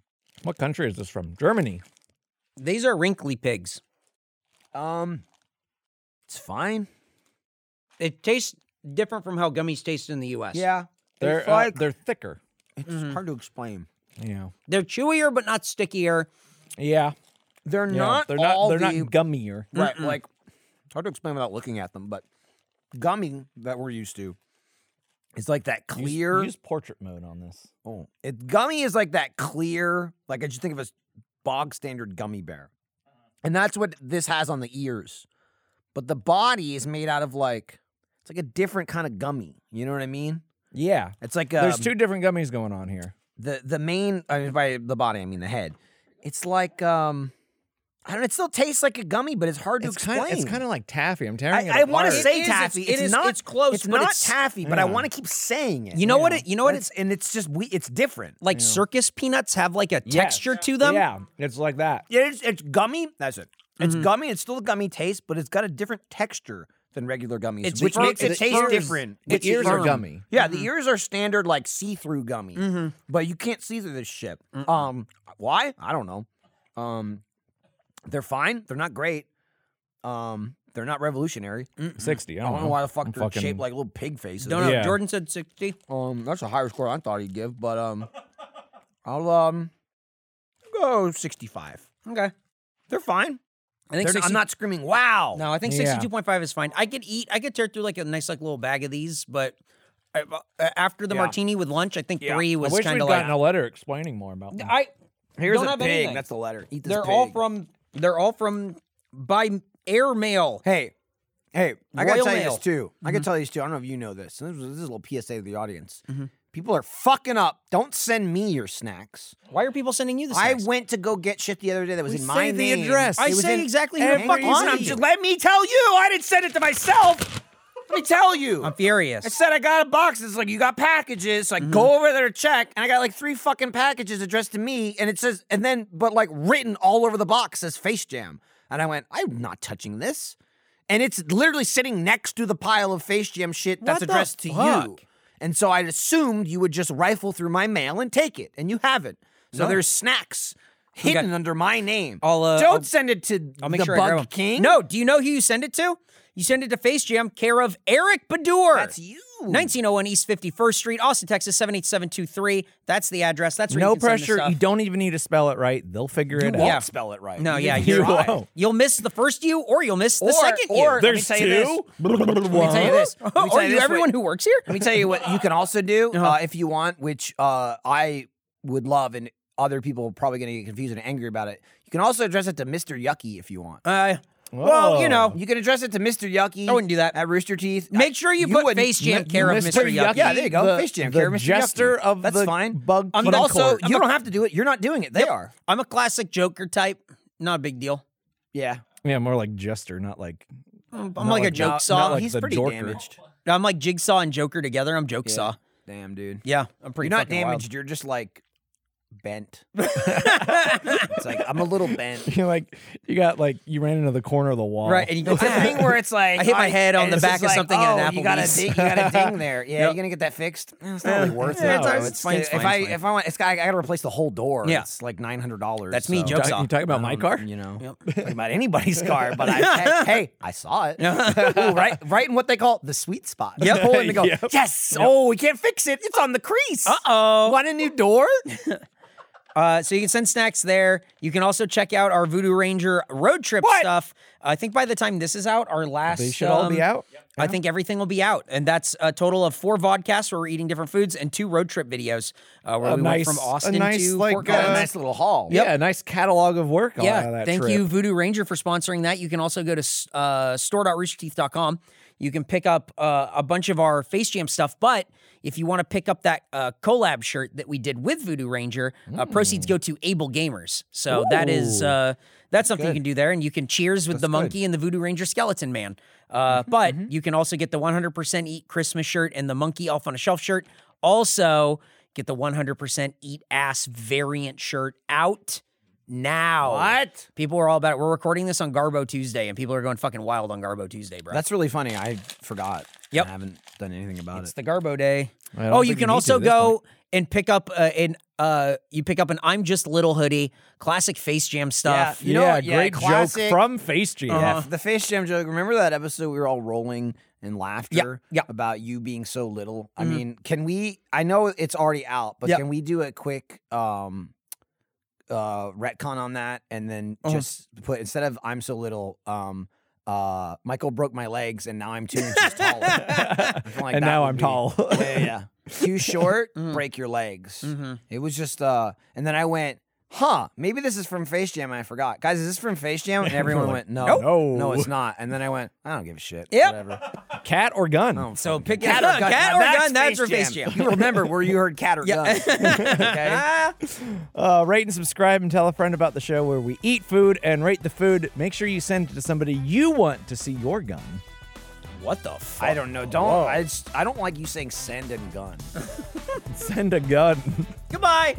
S3: What country is this from? Germany.
S4: These are wrinkly pigs.
S2: Um. It's fine.
S4: It tastes different from how gummies taste in the US.
S2: Yeah.
S3: They're
S2: it's
S3: uh,
S2: like
S3: they're thicker.
S2: it's hard to explain.
S3: Yeah.
S4: They're chewier but not stickier.
S3: Yeah.
S2: They're
S3: yeah.
S2: not.
S3: they're not
S2: all
S3: they're
S2: the-
S3: not gummier.
S2: Right. Like it's hard to explain without looking at them, but gummy that we're used to is like that
S3: Use-
S2: clear.
S3: Use, portrait mode on this.
S2: oh, it gummy is like that clear. Like I just think of as bog standard gummy bear,
S4: Uh-huh.
S2: and that's what this has on the ears. But the body is made out of like it's like a different kind of gummy. You know what I mean?
S3: Yeah.
S2: It's like
S3: There's
S2: um,
S3: two different gummies going on here.
S2: the the main I mean, by the body I mean the head. It's like um I don't know, it still tastes like a gummy, but it's hard to explain.
S3: of like taffy. I'm tearing
S2: I, I want to
S4: apart. It
S2: say
S4: is, it's-
S2: taffy.
S4: it
S2: It's
S4: is-
S2: not.
S4: it's close,
S2: It's
S4: but
S2: not
S4: it's-
S2: taffy, but I
S3: Yeah.
S2: want to keep saying it.
S4: You know what it you know what
S2: That's-
S4: it's
S2: and it's just we. It's different.
S4: like circus peanuts have like a texture to them.
S3: Yeah. It's like that.
S2: It's it's gummy. That's it. It's
S3: Mm-hmm.
S2: gummy. It's still a gummy taste, but it's got a different texture than regular gummies,
S4: It's
S2: which
S4: firm-
S2: makes it
S4: it's
S2: taste
S4: firm.
S2: different.
S3: The
S2: It's
S3: ears are
S2: firm.
S3: gummy. Mm-hmm.
S2: Yeah, the ears are standard like see-through gummy, but you can't see through this shit. Um, why? I don't know. Um, they're fine. They're not great. Um, they're not revolutionary.
S3: 60. I
S2: I
S3: don't,
S2: don't know why the fuck
S3: I'm
S2: they're
S3: fucking-
S2: shaped like little pig faces.
S4: Don't know.
S3: Yeah.
S4: Jordan said sixty.
S2: Um, that's a higher score I thought he'd give, but um, I'll um go sixty-five.
S4: Okay.
S2: They're fine.
S4: I
S2: They're
S4: think
S2: not-
S4: 60
S2: I'm not screaming wow.
S4: No, I think
S3: Yeah.
S4: sixty-two point five is fine. I could eat. I could tear through like a nice like little bag of these, but I, uh, after the
S2: Yeah.
S4: martini with lunch, I think
S2: Yeah.
S4: three
S3: I
S4: was
S3: wish we'd
S4: kind of
S3: gotten a
S4: like.
S3: letter explaining more about them.
S4: I
S2: here's
S4: don't
S2: a
S4: have
S2: pig.
S4: anything.
S2: That's the letter. Eat this
S4: they're
S2: pig.
S4: all from. They're all from by air mail.
S2: Hey, hey, I gotta
S4: Royal
S2: tell you
S4: mail. Mm-hmm.
S2: this too. I gotta tell you this too. I don't know if you know this. This is, this is a little PSA to the audience. People are fucking up. Don't send me your snacks.
S4: Why are people sending you this?
S2: I went to go get shit the other day that was
S3: We
S2: in my
S3: say the
S2: name.
S3: address.
S4: I
S2: It was
S4: say
S2: in
S4: exactly who the
S2: Angry
S4: fuck you
S2: Orchard.
S4: sent you.
S2: Just Let me tell you. I didn't send it to myself. Let me tell you. I
S4: I'm furious.
S2: said I got a box. It's like you got packages. So I
S4: Mm-hmm.
S2: go over there to check, and I got like three fucking packages addressed to me, and it says, and then but like written all over the box says Face Jam, and I went, I'm not touching this, and it's literally sitting next to the pile of Face Jam shit that's
S4: What the
S2: addressed to you,
S4: fuck?
S2: and so I assumed you would just rifle through my mail and take it, and you haven't. So there's snacks hidden under my name.
S4: I'll, uh,
S2: Don't
S4: I'll-
S2: send it to
S4: I'll make
S2: the
S4: sure I grab
S2: Bug
S4: 'em.
S2: King.
S4: No, do you know who you send it to? You send it to Face Jam, care of Eric Bedour.
S2: that's you.
S4: 1901 East 51st Street, Austin, Texas 78723. That's the address. That's where
S3: no
S4: you can send the
S3: pressure.
S4: stuff.
S3: You don't even need to spell it right. They'll figure it out.
S2: Won't spell it right.
S4: No, yeah,
S3: You
S4: you're
S3: won't.
S4: right. You'll miss the first you, or you'll miss the
S2: Or-
S4: second you.
S2: or- Let me
S3: There's
S2: tell you this.
S3: two.
S2: Let me tell you this. Let me
S4: Or
S2: tell
S4: you,
S2: this
S4: everyone
S2: way.
S4: who works here?
S2: Let me tell you what you can also do
S4: Uh-huh.
S2: uh, if you want, which uh, I would love, and other people are probably going to get confused and angry about it. You can also address it to Mr. Yucky if you want.
S4: Uh,
S2: well, you
S3: Whoa.
S2: know, you can address it to Mr. Yucky.
S4: I wouldn't do that.
S2: at Rooster Teeth. I-
S4: make sure you, put
S2: wouldn't-
S4: Face Jam care of Mr. Yucky.
S2: Yeah, there you go.
S3: The-
S2: Face Jam
S3: the
S2: care of Mr.
S3: jester
S2: Yucky.
S3: of
S2: That's
S3: the
S2: fine.
S3: bug
S2: I mean,
S3: king
S2: also,
S3: court.
S2: you don't have to do it. You're not doing it. They are.
S4: I'm a classic Joker type. Not a big deal.
S2: Yeah.
S3: Yeah, more like jester, not like
S4: I'm, I'm like a
S3: like-
S4: joke
S3: not-
S4: saw.
S3: not like
S2: He's
S3: the
S2: pretty
S3: Joker.
S2: damaged.
S4: I'm like Jigsaw and Joker together. I'm joke saw.
S2: Damn, dude.
S4: Yeah, I'm pretty.
S2: You're not
S4: fucking
S2: damaged. You're just like bent. it's like I'm a little bent.
S3: you like you got like you ran into the corner of the wall.
S4: wild. right? And you
S2: It's a thing where it's like
S4: I hit my head on
S2: and
S4: the
S2: it's just
S4: back of something
S2: oh,
S4: in an
S2: You got a
S4: Applebee's.
S2: ding, you got a ding there. Yeah, you're gonna get that fixed. Eh, It's
S4: Uh,
S2: not really worth
S3: Yeah,
S2: it.
S3: it's
S2: though.
S3: fine,
S2: It's
S4: fine,
S2: if
S4: it's fine,
S2: I
S4: it's fine.
S2: if I want, it's got, I got to replace the whole door.
S4: Yeah.
S2: it's like nine hundred dollars.
S4: That's me, Um,
S3: You
S4: Joe.
S2: so,
S3: talk- you talking about my car?
S2: You know, talking about anybody's car, but I, hey, hey, I saw it. Ooh, right, right in what they call the sweet spot. Yeah, pull in and go.
S3: Yep.
S2: Yes. Oh, we can't fix it. It's on the crease.
S4: Uh-oh.
S2: Want a new door?
S4: Uh, so you can send snacks there. You can also check out our Voodoo Ranger road trip stuff. I think by the time this is out, our last
S3: They should all
S4: um,
S3: be out.
S4: I think everything will be out, and that's a total of four vodcasts where we're eating different foods and two road trip videos uh, where
S3: A
S4: we
S3: nice-
S4: went
S3: a
S4: from Austin
S3: nice,
S4: to
S3: like,
S4: Fort
S3: uh,
S2: Got a
S4: Collins.
S2: nice little haul.
S3: Yeah, a nice catalog of work. Yeah, out of that
S4: thank
S3: trip.
S4: you, Voodoo Ranger, for sponsoring that. You can also go to s- uh, store.roosterteeth.com. You can pick up uh, a bunch of our Face Jam stuff, but if you want to pick up that uh, collab shirt that we did with Voodoo Ranger,
S3: Mm.
S4: uh, proceeds go to Able Gamers. So that is uh, that's something you can do there, and you can cheers with the monkey and the Voodoo Ranger skeleton man. Uh,
S3: Mm-hmm,
S4: But you can also get the 100% Eat Christmas shirt and the Monkey Elf on a Shelf shirt. Also, get the 100% Eat Ass variant shirt out now.
S2: What?
S4: People are all about it. We're recording this on Garbo Tuesday, and people are going fucking wild on Garbo Tuesday, bro.
S2: That's really funny. I forgot.
S4: Yep.
S2: I haven't done anything about
S4: it's
S2: it.
S4: the Garbo day.
S3: I don't
S4: Oh, you
S3: think
S4: can
S3: need
S4: also
S3: to at this
S4: go
S3: point.
S4: and pick up uh, an uh, you pick up an I'm Just Little hoodie, classic Face Jam stuff.
S2: You know
S3: yeah,
S2: what? Yeah,
S3: great
S2: classic-
S3: joke from Face Jam.
S4: uh-huh.
S2: Yeah, the face jam joke. Remember that episode we were all rolling in laughter
S4: yeah.
S2: about you being so little? I mean, can we I know it's already out, but
S4: Yeah.
S2: can we do a quick um uh retcon on that and then
S4: Uh-huh.
S2: just put instead of I'm so little, um uh Michael broke my legs and now I'm two inches taller. Something Uh-huh. like
S3: and
S2: that
S3: now
S2: would
S3: I'm
S2: be-
S3: tall.
S2: Yeah, yeah, yeah. Too short,
S4: Mm.
S2: break your legs.
S4: Mhm.
S2: It was just uh and then I went, huh, maybe this is from Face Jam and I forgot. Guys, is this from Face Jam? And everyone went, No,
S3: "Nope."
S2: no,
S3: No.
S2: it's not. And then I went, I don't give a shit.
S4: Yep.
S2: Whatever.
S3: Cat or gun?
S2: Oh,
S4: So
S2: fucking
S4: pick
S2: cat
S4: it
S2: or
S4: up.
S2: gun.
S4: Cat
S2: Now
S4: or gun, that's your Face Jam.
S2: You remember where you heard cat or
S4: Yeah.
S2: gun. okay.
S3: Uh, rate and subscribe and tell a friend about the show where we eat food and rate the food. Make sure you send it to somebody you want to see your gun.
S4: What the fuck?
S2: I don't know. Don't I, just, I don't like you saying send and gun.
S3: Send a gun.
S4: Goodbye.